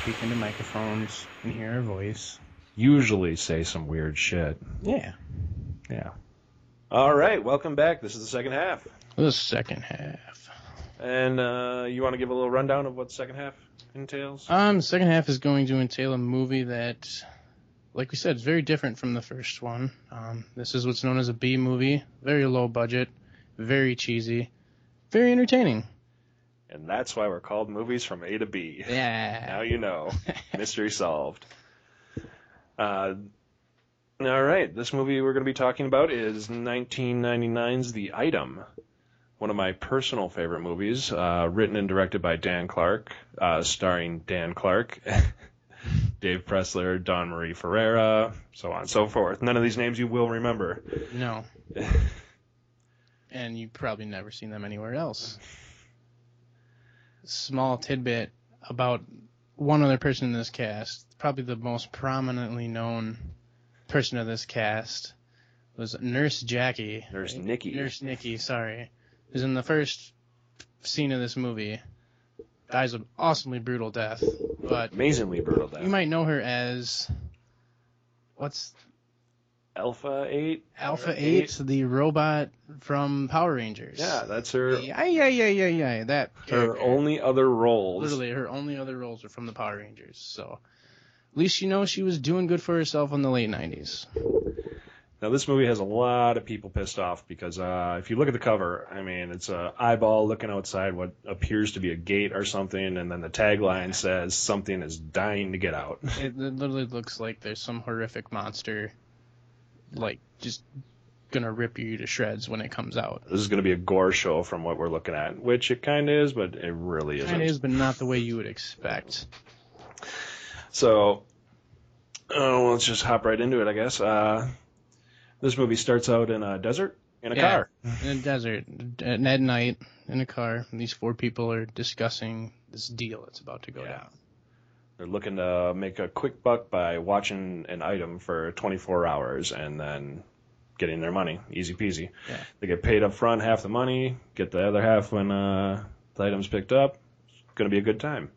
speak into microphones and hear our voice.
Usually say some weird shit.
Yeah.
Yeah. All right, welcome back. This is the second half.
The second half.
And uh, you want to give a little rundown of what the second half entails?
Um, the second half is going to entail a movie that, like we said, is very different from the first one. Um, this is what's known as a B movie. Very low budget, very cheesy, very entertaining.
And that's why we're called Movies from A to B. Now
Yeah.
you know. Mystery solved. Uh, all right, this movie we're going to be talking about is 1999's The Item, one of my personal favorite movies, uh, written and directed by Dan Clark, uh, starring Dan Clark, Dave Pressler, Don Marie Ferreira, so on and so forth. None of these names you will remember.
no. and you've probably never seen them anywhere else. Small tidbit about one other person in this cast, probably the most prominently known person of this cast, was Nurse Jackie.
There's
Right?
Nikki.
Nurse Nikki, sorry, who's in the first scene of this movie, dies an awesomely brutal death. But
Amazingly brutal
you
death.
might know her as what's
Alpha 8?
Alpha Eight, the robot from Power Rangers.
Yeah, that's her,
Yeah, yeah, yeah, yeah, yeah. That
her
character.
only other roles.
literally her only other roles are from the Power Rangers. So At least you know she was doing good for herself in the late 90s.
Now, this movie has a lot of people pissed off because uh, if you look at the cover, I mean, it's a eyeball looking outside what appears to be a gate or something, and then the tagline says something is dying to get out.
It, it literally looks like there's some horrific monster, like, just gonna rip you to shreds when it comes out.
This is going to be a gore show from what we're looking at, which it kind of is, but it really isn't.
It is, but not the way you would expect.
So, oh, let's just hop right into it, I guess. Uh, this movie starts out in a desert in a
Yeah.
car.
In a desert, and at night, in a car, and these four people are discussing this deal that's about to go
Yeah.
down.
They're looking to make a quick buck by watching an item for 24 hours and then getting their money. Easy peasy.
Yeah.
They get paid up front half the money, get the other half when uh, the item's picked up. It's going to be a good time.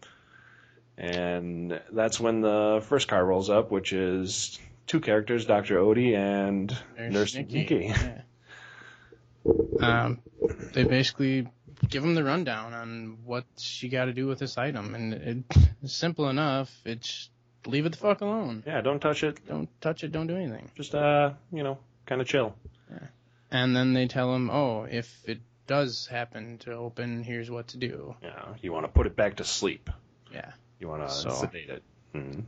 And that's when the first car rolls up, which is two characters, Dr. Odie and
There's
Nurse Nikki.
yeah. Um, they basically give them the rundown on what you got to do with this item, and it- it's simple enough. It's leave it the fuck alone.
Yeah, don't touch it.
Don't touch it. Don't do anything.
Just, uh, you know, kind of chill.
And then they tell them, oh, if it does happen to open, here's what to do.
You, know, you want to put it back to sleep.
Yeah.
You want to
So-
sedate it. Mhm.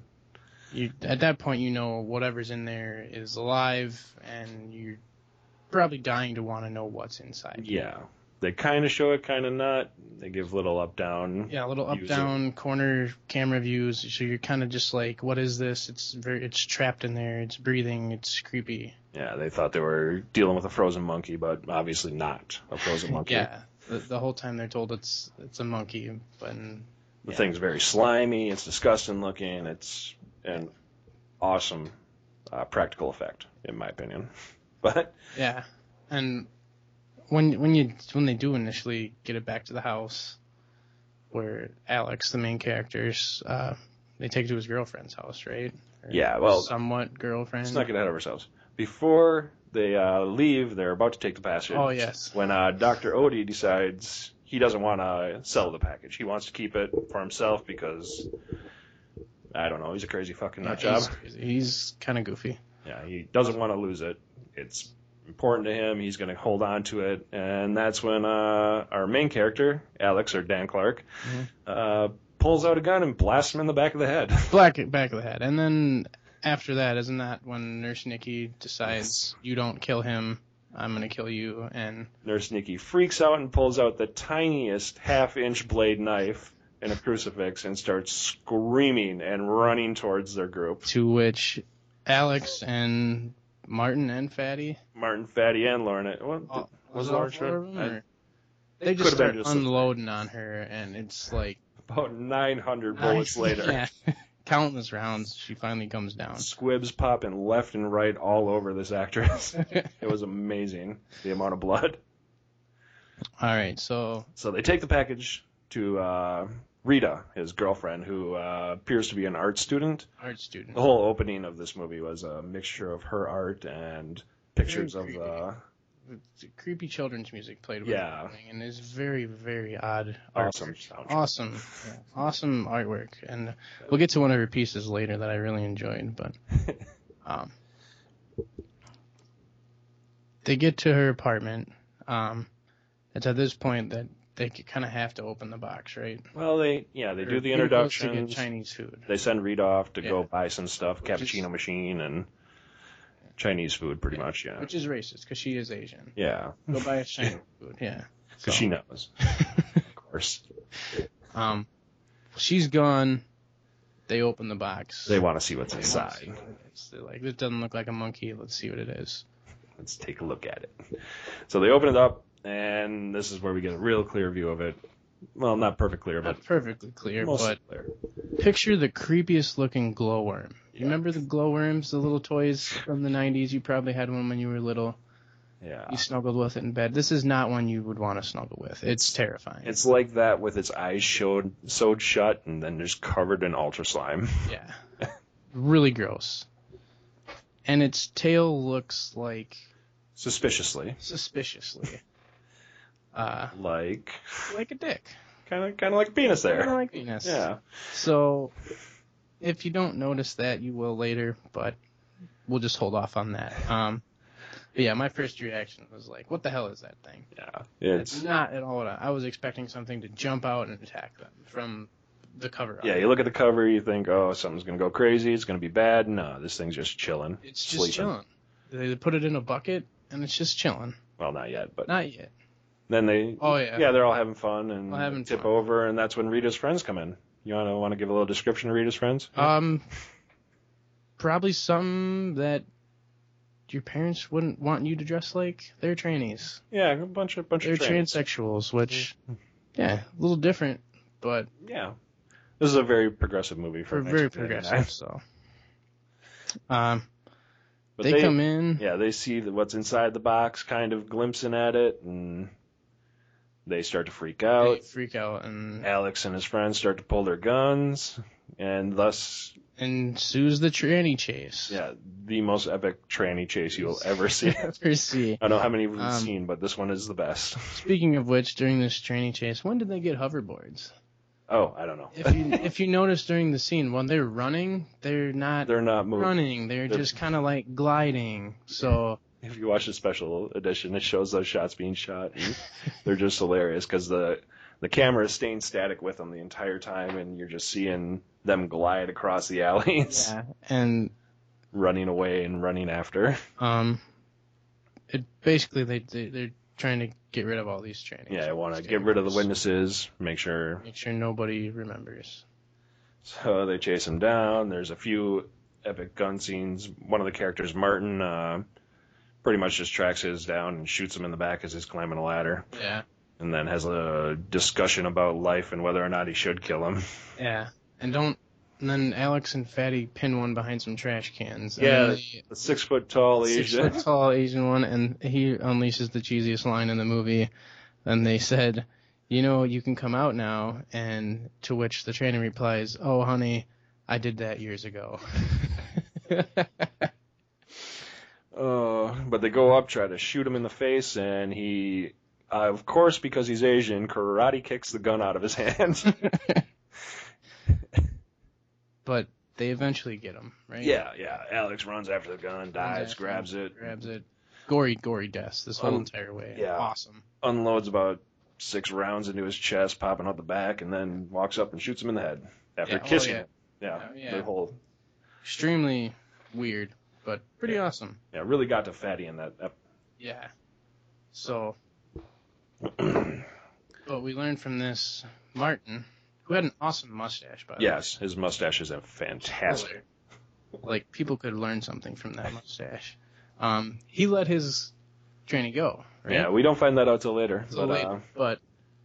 You at that point, you know whatever's in there is alive, and you're probably dying to want to know what's inside.
Yeah. They kind of show it, kind of not. They give little up down.
Yeah, a little up
Use it.
down corner camera views. So you're kind of just like, what is this? It's very, it's trapped in there. It's breathing. It's creepy.
Yeah, they thought they were dealing with a frozen monkey, but obviously not a frozen monkey.
Yeah, the, the whole time they're told it's it's a monkey, but
The
yeah.
thing's very slimy. It's disgusting looking. It's an awesome uh, practical effect, in my opinion. But
yeah, and when when you when they do initially get it back to the house, where Alex, the main character's, uh, they take it to his girlfriend's house, right? Or
Yeah, well-
somewhat girlfriend.
let's not get ahead of ourselves. Before they uh, leave, they're about to take the passage.
Oh, yes.
When uh, Dr. Odie decides he doesn't want to sell the package, he wants to keep it for himself because, I don't know, he's a crazy fucking nut
Yeah,
job.
he's crazy. he's kind of goofy.
Yeah, he doesn't want to lose it. It's important to him. He's going to hold on to it. And that's when uh, our main character, Alex or Dan Clark,
Mhm.
uh, pulls out a gun and blasts him in the back of the head.
black back of the head. And then after that, isn't that when Nurse Nikki decides you don't kill him, I'm gonna kill you? And
Nurse Nikki freaks out and pulls out the tiniest half inch blade knife and a crucifix and starts screaming and running towards their group.
to which Alex and Martin and Fatty
Martin, Fatty, and Lorna. What?
all-
Oh, Was it
all
Lawrence
four
Shore?
of them,
I-
or- they
could've
just
been
start
just the three.
unloading on her, and it's like
About 900 bullets later.
yeah, countless rounds. She finally comes down.
squibs popping left and right all over this actress.
all
it was amazing the amount of blood.
right, so
So they take the package to uh, Rita, his girlfriend, who uh, appears to be an art student.
art student.
The whole opening of this movie was a mixture of her art and pictures of uh,
Very
the
It's creepy children's music played with
Yeah.
everything, and it's very very odd oh.
awesome soundtrack.
awesome, awesome artwork, and we'll get to one of her pieces later that I really enjoyed. But um, they get to her apartment. Um, it's at this point that they kind of have to open the box, right?
Well, they yeah they
Or
do the
Peter goes to get
introductions.
Chinese food.
They send Rita off to go
Yeah.
buy some stuff,
Which is-
cappuccino machine and Chinese food, pretty much. Yeah,
Which is racist because she is Asian.
yeah,
Go buy us Chinese food, yeah.
because she knows, of course.
um, she's gone. They open the box.
They want to see what's
They wanna
inside.
see what it is. They're like, this doesn't look like a monkey. Let's see what it is.
let's take a look at it. So they open it up, and this is where we get a real clear view of it. Well, not perfect clear, but
Not perfectly clear,
most
but
clear.
picture the creepiest looking glowworm.
Yeah.
You remember the glowworms, the little toys from the 90s? You probably had one when you were little.
Yeah,
You snuggled with it in bed. This is not one you would want to snuggle with. It's terrifying.
it's like that with its eyes showed sewed shut, and then just covered in ultra slime.
yeah. really gross. And its tail looks like
Suspiciously,
suspiciously uh
like
like a dick.
kind of kind of like a penis
Kind of
there.
like penis.
Yeah,
So if you don't notice that, you will later, but we'll just hold off on that. Um, but yeah, my first reaction was like, "What the hell is that thing?"
Yeah,
It's
it's
not at all what I, I was expecting. Something to jump out and attack them from the cover. art.
yeah. You look at the cover, you think, oh, something's gonna go crazy. It's gonna be bad. No, this thing's just chilling.
it's just chilling. They put it in a bucket and it's just chilling.
Well, not yet, but
Not yet.
then they.
Oh yeah.
Yeah, they're all having fun and
All having
tip
fun.
over, and that's when Rita's friends come in. You wanna want to give a little description of Rita's friends?
Um, probably some that your parents wouldn't want you to dress like. They're trannies.
yeah, a bunch of bunch
They're
of trans.
transsexuals, which
Mm-hmm.
yeah, a little different, but
Yeah, this is a very progressive movie
for
for
very progressive. So, um,
But
they, come in.
Yeah, they see the, what's inside the box, kind of glimpsing at it, and they start to freak
They
out.
freak out and
Alex and his friends start to pull their guns, and thus,
ensues the tranny chase.
yeah, the most epic tranny chase you'll ever see. I
Per se.
don't know how many we've
Um,
seen, but this one is the best.
Speaking of which, during this tranny chase, when did they get hoverboards?
Oh, I don't know.
If you if you notice during the scene, when they're running, they're not
They're not moving.
running. They're,
They're-
just kind of like gliding. So
If you watch the special edition, it shows those shots being shot. And they're just hilarious because the the camera is staying static with them the entire time, and you're just seeing them glide across the alleys.
yeah, and
running away and running after.
um, it basically they, they they're trying to get rid of all these trainings.
Yeah, I want to get rid of the witnesses, make sure.
Make sure nobody remembers.
So they chase him down. There's a few epic gun scenes. One of the characters, Martin, uh, pretty much just tracks his down and shoots him in the back as he's climbing a ladder,
Yeah,
and then has a discussion about life and whether or not he should kill him.
yeah, and don't. And then Alex and Fatty pin one behind some trash cans. and
Yeah,
then
The six foot tall
the
Asian.
six-foot tall Asian one, and he unleashes the cheesiest line in the movie. And they said, "You know, you can come out now." And to which the trainer replies, "Oh, honey, I did that years ago."
Uh, but they go up, try to shoot him in the face, and he, uh, of course, because he's Asian, karate kicks the gun out of his hand.
but they eventually get him, right?
Yeah, yeah. Alex runs after the gun, dives,
after
grabs it,
grabs it. Gory, gory deaths this whole
Um,
entire way.
yeah.
Awesome.
unloads about six rounds into his chest, popping out the back, and then walks up and shoots him in the head after
Yeah, oh,
kissing
yeah.
him. Yeah,
Oh, yeah.
the whole
Extremely weird, but pretty
Yeah.
awesome.
yeah really got to Fatty in that. Ep-
Yeah. So, but we learned from this Martin, who had an awesome mustache, by the way.
yes, his mustache is a fantastic.
Like people could learn something from that mustache. Um, he let his tranny go, right?
Yeah, we don't find that out till later.
So
but
late,
uh,
but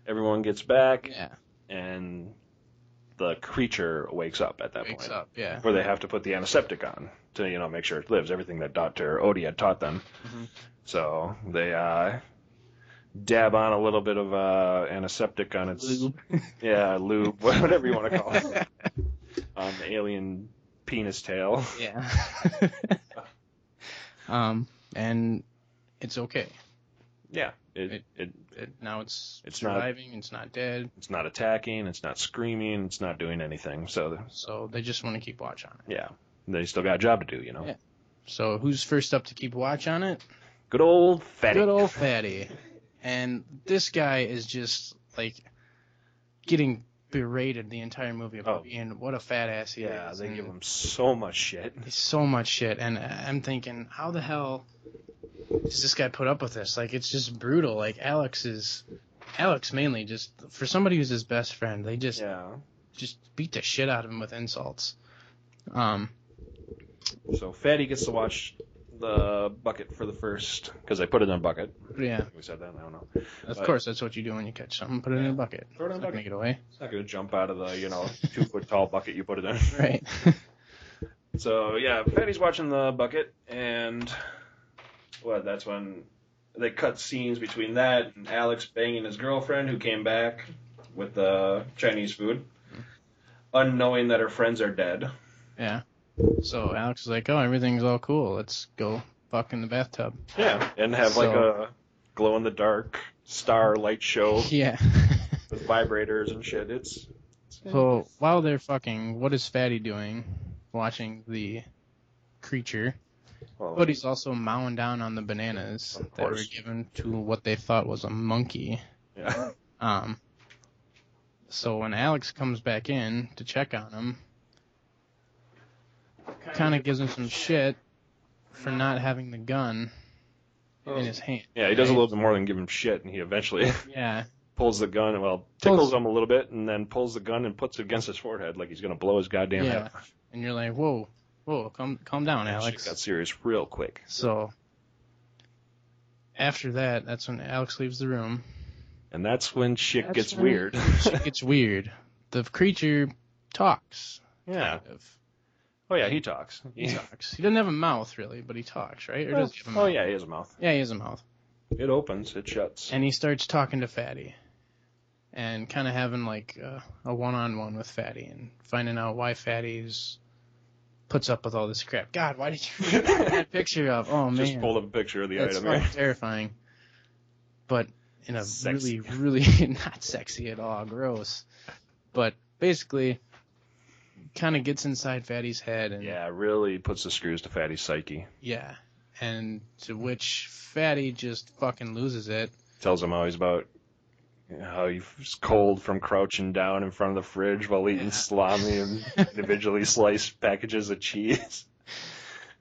everyone gets back,
yeah,
and the creature wakes up at that
wakes
point.
up, yeah.
where they have to put the antiseptic on to you know make sure it lives. Everything that Doctor Odie had taught them.
Mhm.
So they uh, dab on a little bit of uh, antiseptic on its yeah lube whatever you want to call it on the alien penis tail.
Yeah. um, and it's okay.
Yeah, it, it,
It- It, now it's
It's not-
surviving. It's not dead.
it's not attacking, it's not screaming, it's not doing anything. So
So they just want to keep watch on it.
yeah, they still got a job to do, you know.
Yeah. So who's first up to keep watch on it?
Good old fatty.
Good old Fatty. And this guy is just like getting berated the entire movie about
Oh.
being what a fat ass he
yeah,
is.
they
and
give him so much shit.
so much shit. And I'm thinking, how the hell does this guy put up with this? Like it's just brutal. Like Alex is. Alex mainly just for somebody who's his best friend, they just
Yeah.
just beat the shit out of him with insults. Um,
So Fatty gets to watch the bucket for the first because they put it in a bucket.
yeah,
We said that. I don't know.
of
But-
course that's what you do when you catch something. Put it in a bucket.
Throw it in a
Not gonna
bucket.
get away,
It's not gonna jump out of the you know two foot tall bucket you put it in.
right?
So yeah, Fatty's watching the bucket, and what? That's when they cut scenes between that and Alex banging his girlfriend who came back with the Chinese food, unknowing that her friends are dead.
yeah. So Alex is like, "Oh, everything's all cool. Let's go fuck in the bathtub."
Yeah, and have like
So-
a glow in the dark star light show
Yeah.
with vibrators and shit. It's
So while they're fucking, what is Fatty doing? Watching the creature.
Well,
But he's also mowing down on the bananas
Of
that were
course.
given to what they thought was a monkey.
yeah.
Um, so when Alex comes back in to check on him, kind of gives him some shit for not having the gun
Oh.
in his hand.
yeah, he does a little bit more than give him shit, and he eventually
Yeah,
pulls the gun. Well, tickles him a little bit, and then pulls the gun and puts it against his forehead like he's gonna blow his goddamn
Yeah.
head. off.
and you're like, whoa, whoa, calm, calm down,
Shit got
Alex.
serious real quick.
So after that, that's when Alex leaves the room.
And that's when shit
That's
gets
when-
weird.
It gets weird. The creature talks.
yeah.
Kind of.
Oh yeah, he talks. He
He
talks.
talks. He doesn't have a mouth really, but he talks, right? Or does he have a mouth?
oh yeah, he has a mouth.
Yeah, he has a mouth.
It opens. It shuts.
And he starts talking to Fatty, and kind of having like uh, a one-on-one with Fatty, and finding out why Fatty's puts up with all this crap. God, why did you make that picture up? Oh man,
Just pulled up a picture of the
that's
item.
fucking terrifying. But in a
Sexy.
really, really not sexy at all. Gross. But basically, kind of gets inside Fatty's head, and
Yeah, really puts the screws to Fatty's psyche.
yeah, and to which Fatty just fucking loses it.
Tells him how he's about how he's cold from crouching down in front of the fridge while eating
Yeah.
salami and individually sliced packages of cheese.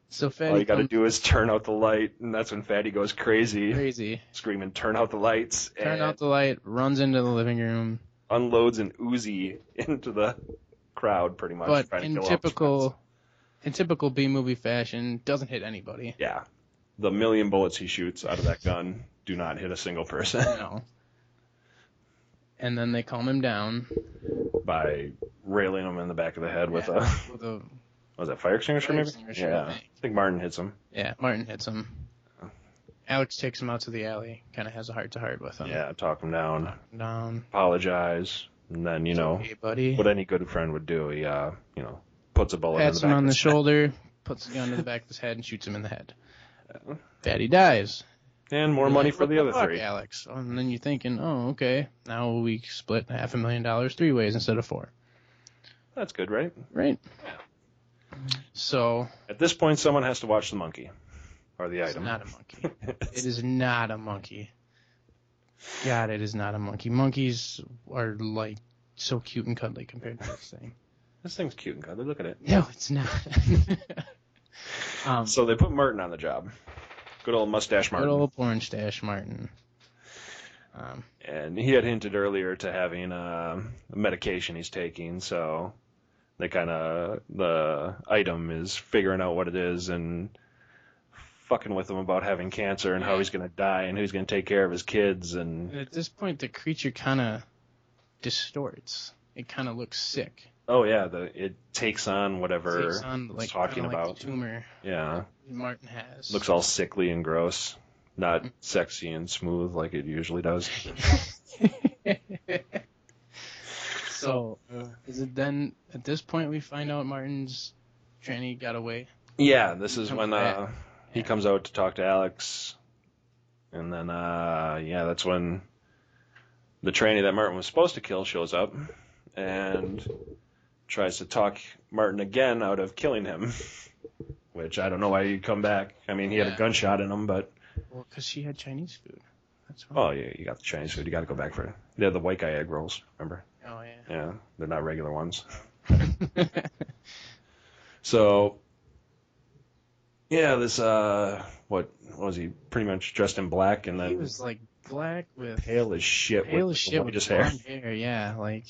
So
All
Fatty
you got to
comes
do is turn out the light, and that's when Fatty goes crazy,
crazy.
screaming, "Turn out the lights!"
Turn
and
out the light, runs into the living room,
unloads an Uzi into the crowd, pretty much.
but
trying to
in
kill all his friends.
typical, in typical B movie fashion, doesn't hit anybody.
yeah, the million bullets he shoots out of that gun do not hit a single person.
No. And then they calm him down
by railing him in the back of the head with a
with a
was that fire extinguisher
Fire
maybe?
extinguisher, I
yeah,
think.
I think Martin hits him.
yeah. Martin hits him. Alex takes him out to the alley. Kind of has a heart to heart with him.
Yeah, talk him down,
Down.
apologize, and then you know
Hey, buddy.
what any good friend would do. He uh, you know, puts a bullet
Pats him
in the back
on
of
the
his head.
shoulder, puts the gun to the back of his head, and shoots him in the head. Fatty dies.
and more
You're
money
like,
for
"What
the other
fuck,
three.
Alex. And then you're thinking, oh, okay, now we split half a million dollars three ways instead of four,
That's good, right?
right? So
At this point, someone has to watch the monkey or the
it's
item.
not a monkey. It is not a monkey. God, it is not a monkey. Monkeys are like so cute and cuddly compared to this thing.
this thing's cute and cuddly. Look at it.
No, it's not. um,
So they put Martin on the job. Good old mustache Martin.
good old porn stash Martin. Um,
and he had hinted earlier to having um, a medication he's taking, so they kind of the item is figuring out what it is and fucking with him about having cancer and how he's gonna die and who's gonna take care of his kids and
at this point, the creature kind of distorts. It kind of looks sick.
oh yeah, the it takes on whatever
takes on like,
it's talking
kinda
about.
like the tumor
yeah,
Martin has.
looks all sickly and gross, not sexy and smooth like it usually does.
so uh, is it then at this point we find out Martin's tranny got away?
Yeah, this is
comes
when uh,
back.
he
Yeah.
comes out to talk to Alex, and then uh, yeah, that's when the trainee that Martin was supposed to kill shows up and tries to talk Martin again out of killing him. Which I don't know why he'd come back. I mean, he had a
Yeah.
gunshot in him, but
Well, because she had Chinese food. That's why.
oh, yeah, you got the Chinese food. You got to go back for it. They're the white guy egg rolls. Remember?
Oh
Yeah, they're not regular ones.
yeah.
So, yeah, this uh, what, what was he? Pretty much dressed in black, and then
he was like black with
pale as shit.
pale
with
as shit with
his
blonde
hair.
hair. Yeah, like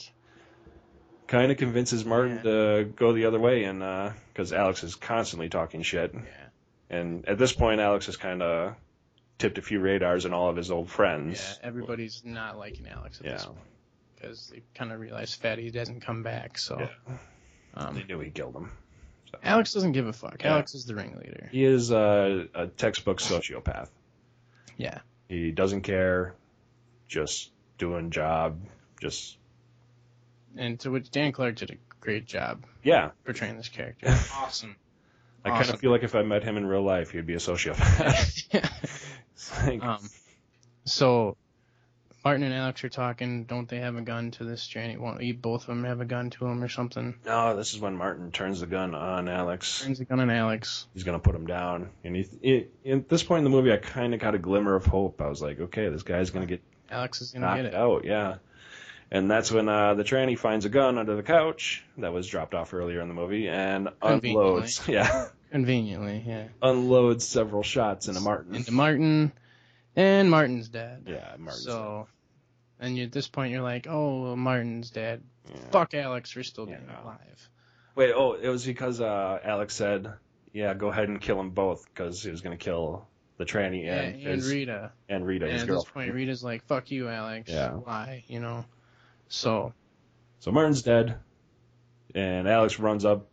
Kind of convinces Martin
Yeah.
to go the other way, and because Alex is constantly talking shit,
yeah,
and at this point, Alex has kind of tipped a few radars on all of his old
yeah.
friends.
Everybody's not liking Alex at
Mm-hmm. Yeah.
this point because they kind of realize Fatty doesn't come back. So
They
um,
knew he killed them.
Alex doesn't give a fuck.
Yeah.
Alex is the ringleader.
He is uh, a textbook sociopath.
Yeah.
He doesn't care, just doing job, just
and to which Dan Clark did a great job
yeah.
portraying this character. Awesome.
I kind
Awesome.
of feel like if I met him in real life,
Uh,
he'd be a sociopath. It's like,
um, so Martin and Alex are talking. Don't they have a gun to this Janet? Won't eat both of them have a gun to him or something?
No, this is when Martin turns the gun on Alex.
Turns the gun on Alex.
He's gonna put him down, and he, he- at this point in the movie, I kind of got a glimmer of hope. I was like, okay, this guy's gonna get
Alex is gonna get it.
knocked out, yeah. And that's when uh, the tranny finds a gun under the couch that was dropped off earlier in the movie and uh,
Conveniently.
unloads, yeah,
Conveniently, yeah.
unloads several shots into Martin.
Into Martin, and Martin's dad.
yeah, Martin.
so, and you, at this point you're like, oh, well, Martin's dead.
Yeah.
Fuck Alex for still being
Yeah.
alive.
Wait, oh, it was because uh, Alex said, "Yeah, go ahead and kill them both," because he was gonna kill the tranny
Yeah,
and
and,
his,
Rita.
and Rita,
And
his
at this
girlfriend.
point, Rita's like, fuck you, Alex.
Yeah.
Why? You know. So
So Martin's dead, and Alex runs up,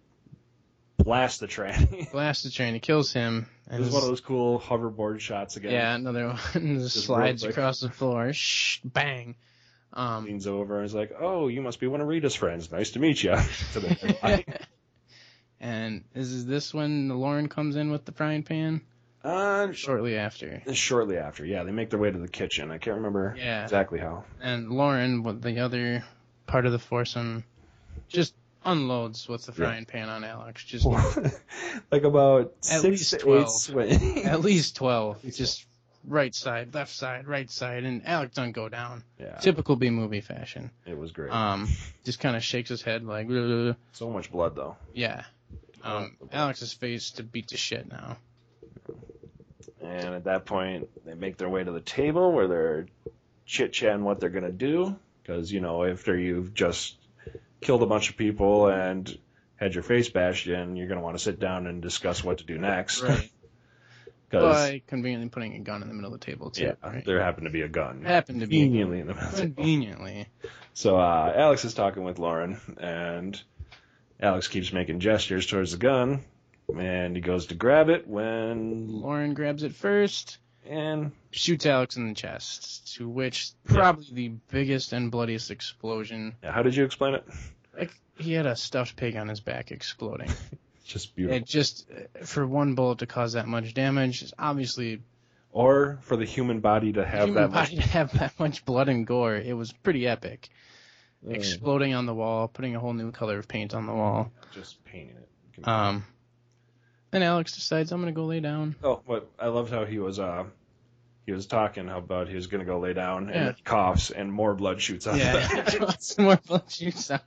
blasts the tranny.
blasts the train, he kills him,
It
and
was one of those cool hoverboard shots again.
yeah, another one just
Just
slides
real quick.
across the floor. Shh, bang. Um,
leans over and is like, "Oh, you must be one of Rita's friends. Nice to meet you." to the dead body.
and is this when Lauren comes in with the frying pan?
uh, sh-
Shortly after.
shortly after, yeah, they make their way to the kitchen. I can't remember
Yeah.
exactly how.
and Lauren, with the other part of the foursome, just unloads with the frying pan on Alex. Just
like about
At
six
least
to
12.
eight swings.
at least twelve,
least
just right side, left side, right side, and Alex doesn't go down.
yeah,
Typical B movie fashion.
it was great.
Um, just kind of shakes his head like, "Ugh."
so much blood though.
yeah. Um, Alex's face to beat to shit now.
And at that point, they make their way to the table where they're chit chatting what they're going to do. Because, you know, after you've just killed a bunch of people and had your face bashed in, you're going to want to sit down and discuss what to do next.
Right.
'Cause,
By conveniently putting a gun in the middle of the table too.
yeah,
right?
there happened to be a gun.
Happened to be
Conveniently in the middle.
conveniently.
So uh, Alex is talking with Lauren, and Alex keeps making gestures towards the gun, and he goes to grab it when.
Lauren grabs it first.
And
shoots Alex in the chest, to which probably the biggest and bloodiest explosion.
how did you explain it?
Like he had a stuffed pig on his back exploding.
Just beautiful.
It just uh, for one bullet to cause that much damage is obviously
or for the human body to have
human
that much.
body to have that much blood and gore. It was pretty epic. Exploding on the wall, putting a whole new color of paint on the wall.
just painting it.
Um, then Alex decides I'm gonna go lay down.
oh, but I loved how he was. Uh, he was talking how about he was gonna go lay down, and
Yeah.
then he coughs, and more blood shoots out.
Yeah, some more blood shoots out.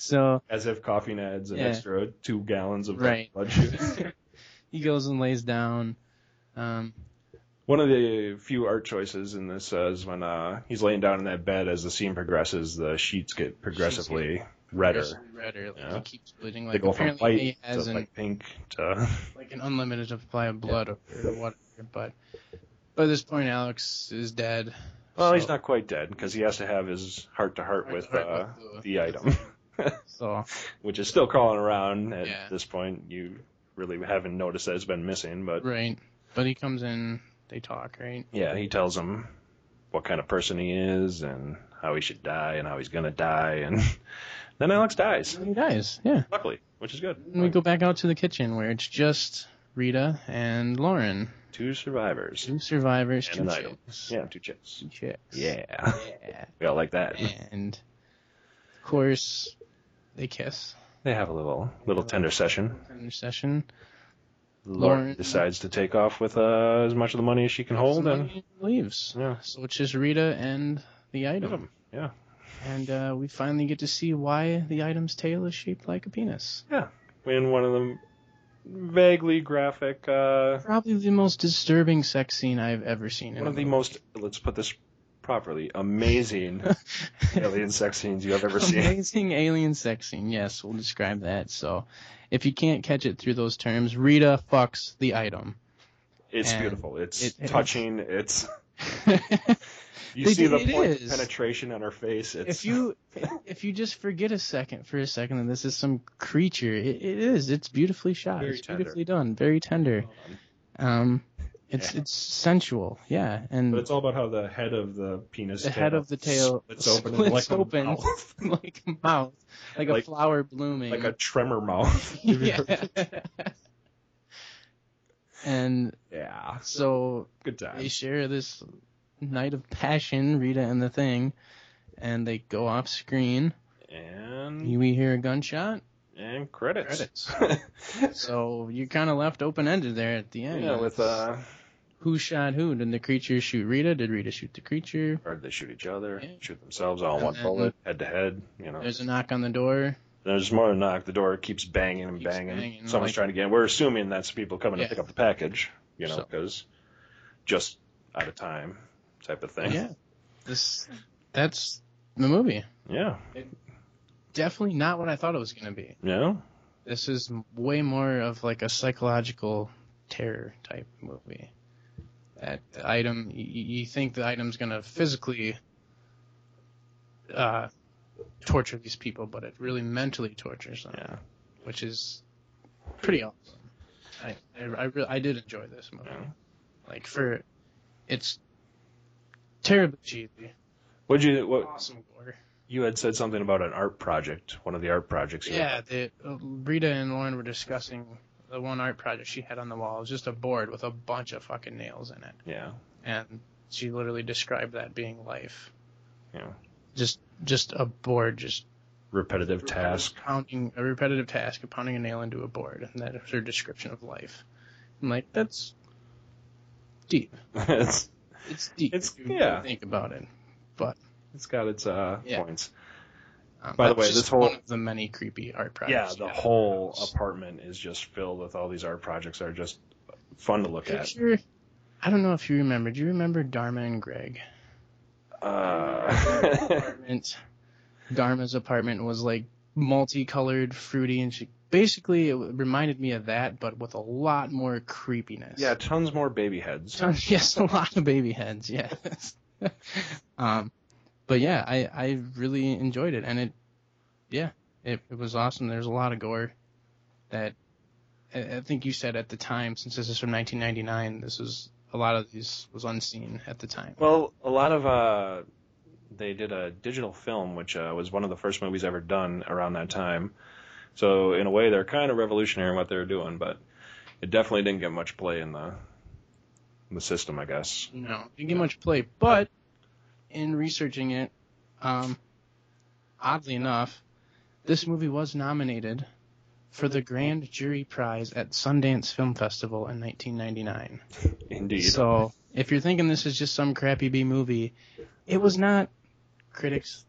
So
As if coughing adds an
Yeah.
extra two gallons of
Right.
blood shooting.
he goes and lays down. Um,
One of the few art choices in this uh, is when uh, he's laying down in that bed. As the scene progresses, the sheets get progressively redder.
progressively redder. Like,
Yeah.
He keeps bleeding.
they
Like
go from
apparently
white
he
to
has an,
like pink to
like an unlimited supply of blood or whatever. But by this point, Alex is dead.
well,
So-
he's not quite dead because he has to have his heart to heart with uh,
Heart-to-heart with
the item.
So
which is still crawling around at
Yeah.
this point. You really haven't noticed that it's been missing, but
right, but he comes in. They talk. Right.
yeah, he tells him what kind of person he is and how he should die and how he's gonna die, and then Alex dies,
And he dies. Yeah.
luckily, which is good.
And we go back out to the kitchen where it's just Rita and Lauren,
Two survivors,
two survivors,
And
two
an idol.
chicks.
yeah, two chicks,
Two chicks.
yeah,
Yeah.
we all like that.
And of course, they kiss.
They have a little little tender session.
in their Session.
Lauren,
Lauren-
decides to take off with uh, as much of the money as she can hold, and
Somebody leaves.
yeah,
So it's just Rita and the item.
yeah,
And uh, we finally get to see why the item's tail is shaped like a penis.
in one of them vaguely graphic. Uh,
Probably the most disturbing sex scene I've ever seen. in
One
a
of the
movie.
most, let's put this properly, amazing alien sex scenes you have ever seen.
Amazing alien sex scene. Yes, we'll describe that. So, if you can't catch it through those terms, Rita fucks the item.
It's
And
beautiful. It's
it- it-
touching. It's you
They
see
do-
the
it
point of
is.
penetration on her face. It's
if you if you just forget a second for a second that this is some creature, it, it is. It's beautifully shot.
Very
it's
tender.
beautifully done. Very tender. Um, it's it's sensual. Yeah, and
but it's all about how the head of the penis,
the head of the tail
splits open, and
splits
like a
open
mouth.
like a mouth, like, a
Like-
flower blooming.
like a tremor mouth.
yeah. and
Yeah.
so
Good
they
time.
share this night of passion, Rita and the Thing, and they go off screen.
And
We hear a gunshot.
and credits.
Credits. So you're kind of left open ended there at the end.
yeah, with uh,
who shot who? Did the creature shoot Rita? Did Rita shoot the creature?
or they shoot each other,
Yeah.
shoot themselves all in one
And then-
bullet, head to head. You know,
There's a knock on the door.
There's more than a knock. The door keeps banging and
Keeps
banging.
banging,
Someone's
like-
trying to get in. We're assuming that's people coming
Yeah.
to pick up the package, you know,
So-
because just out of time type of thing.
Yeah, this that's the movie.
Yeah.
Definitely not what I thought it was gonna be.
Yeah.
This is way more of like a psychological terror type movie. That the item, you, you think the item's gonna physically uh, torture these people, but it really mentally tortures them,
Yeah.
which is pretty awesome. I I, I, re- I did enjoy this movie.
Yeah.
Like for, it's terribly cheesy,
What'd you? What
awesome gore.
you had said something about an art project, one of the art projects. you
Yeah, the, uh, Rita and Lauren were discussing the one art project she had on the wall. It was just a board with a bunch of fucking nails in it,
Yeah.
and she literally described that being life.
Yeah.
Just, just a board, just
Repetitive task.
pounding a repetitive task of pounding a nail into a board, and that is her description of life. I'm like, that's deep.
it's
It's deep.
It's-
if you really
yeah.
Think about it.
it's got its uh
Yeah.
points.
Um,
By the
that's
way,
just
this whole-
one of the many creepy art
Yeah,
projects.
the whole apartment is just filled with all these art projects that are just fun to look at.
picture. I don't know if you remember. Do you remember Dharma and Greg?
Uh,
apartment. Dharma's apartment was like multicolored, fruity, and she basically it reminded me of that, but with a lot more creepiness.
yeah, tons more baby heads.
yes, a lot of baby heads. Yes. um, but yeah, I I really enjoyed it, and it, yeah, it it was awesome. There's a lot of gore, that, I, I think you said at the time, since this is from 1999, this was a lot of these was unseen at the time.
Well, a lot of uh, they did a digital film, which uh, was one of the first movies ever done around that time. So in a way, they're kind of revolutionary in what they're doing, but it definitely didn't get much play in the in the system, I guess.
No, didn't get much play. But in researching it, um, oddly enough, this movie was nominated for the Grand Jury Prize at Sundance Film Festival in 1999.
Indeed.
So if you're thinking this is just some crappy B movie, it was not. Critics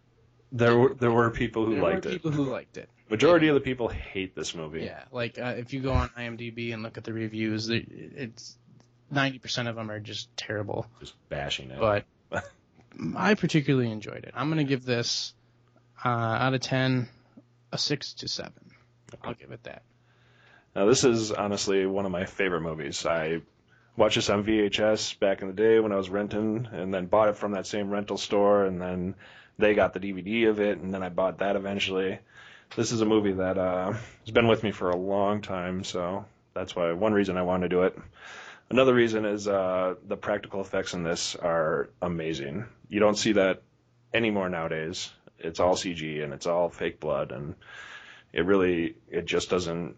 there were there were people who
there
liked
were
it.
people who liked it.
Majority of the people hate this movie.
Yeah, like uh, if you go on IMDb and look at the reviews, they- it's 90% of them are just terrible.
Just bashing it.
but I particularly enjoyed it. I'm going to give this uh, out of 10 a 6 to 7. I'll give it that.
Now, this is honestly one of my favorite movies. I watched this on VHS back in the day when I was renting, and then bought it from that same rental store, and then they got the DVD of it, and then I bought that eventually. This is a movie that uh, has been with me for a long time, so that's why one reason I wanted to do it. Another reason is uh, the practical effects in this are amazing. You don't see that anymore nowadays. It's all CG and it's all fake blood, and it really it just doesn't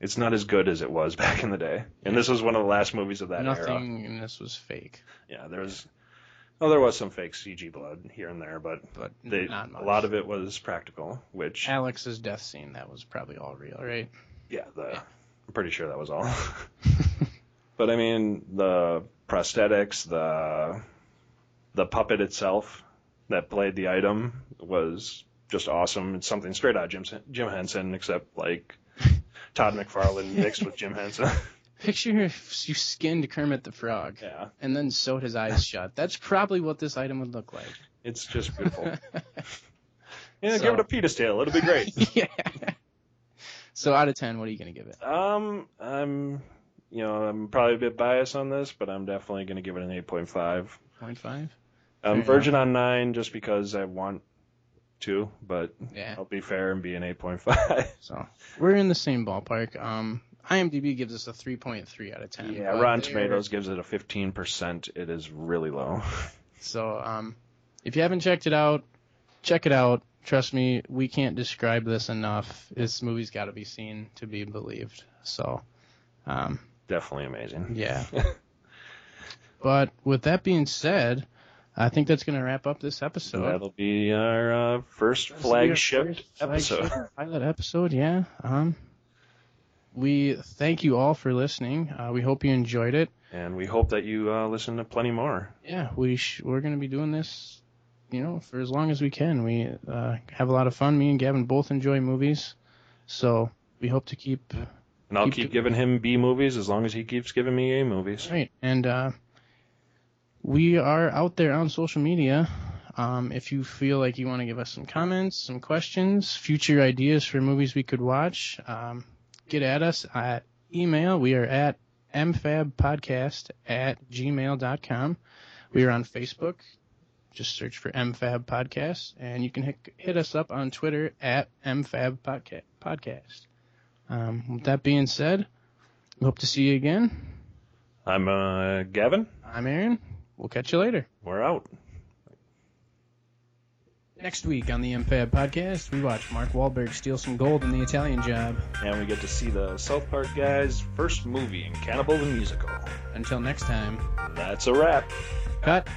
it's not as good as it was back in the day. And this was one of the last movies of that era.
Nothing in this was fake,
Yeah, there was. Oh, there was some fake CG blood here and there, but
but
they,
not much.
a lot of it was practical. Which,
Alex's death scene, that was probably all real, right?
yeah, the, I'm pretty sure that was all. but I mean, the prosthetics, the the puppet itself that played the item was just awesome. It's something straight out of Jim Jim Henson, except like Todd McFarlane mixed with Jim Henson.
Picture if you skinned Kermit the Frog
yeah,
and then sewed his eyes shut. That's probably what this item would look like.
it's just beautiful. Yeah,
So-
give it a fetus tail. It'll be great.
yeah. So out of 10, what are you going to give it?
Um, I'm, you know, I'm probably a bit biased on this, but I'm definitely going to give it an 8.5.
0.5?
Um,
Yeah.
Virgin on nine, just because I want to, but
Yeah.
I'll be fair and be an 8.5.
So we're in the same ballpark. Um, IMDb gives us a 3.3 out of 10.
yeah,
but
Uh, Rotten
they're-
Tomatoes gives it a 15%. It is really low.
So um, if you haven't checked it out, check it out. Trust me, we can't describe this enough. This movie's got to be seen to be believed. So um,
definitely amazing.
yeah. But with that being said, I think that's going to wrap up this episode.
That'll be our uh, first
This will be our
flagship
first
episode.
flagship Pilot episode, yeah. Um, we thank you all for listening. Uh, we hope you enjoyed it.
And we hope that you uh, listen to plenty more.
Yeah, we sh- we're going to be doing this, you know, for as long as we can. We uh, have a lot of fun. Me and Gavin both enjoy movies, so we hope to keep
And I'll
Keep
keep
do-
giving him B movies as long as he keeps giving me A movies.
Right, and uh, we are out there on social media. Um, if you feel like you want to give us some comments, some questions, future ideas for movies we could watch, um, get at us at email. We are at mfabpodcast at gmail.com. We are on Facebook. Just search for MFAB Podcast, and you can hit, hit us up on Twitter at MFAB Podca- Podcast. Um, with that being said, we hope to see you again.
I'm uh, Gavin.
I'm Aaron. We'll catch you later.
We're out.
Next week on the MFAB podcast, we watch Mark Wahlberg steal some gold in the Italian job.
And we get to see the South Park guys' first movie in Cannibal the Musical.
Until next time,
That's a wrap.
cut.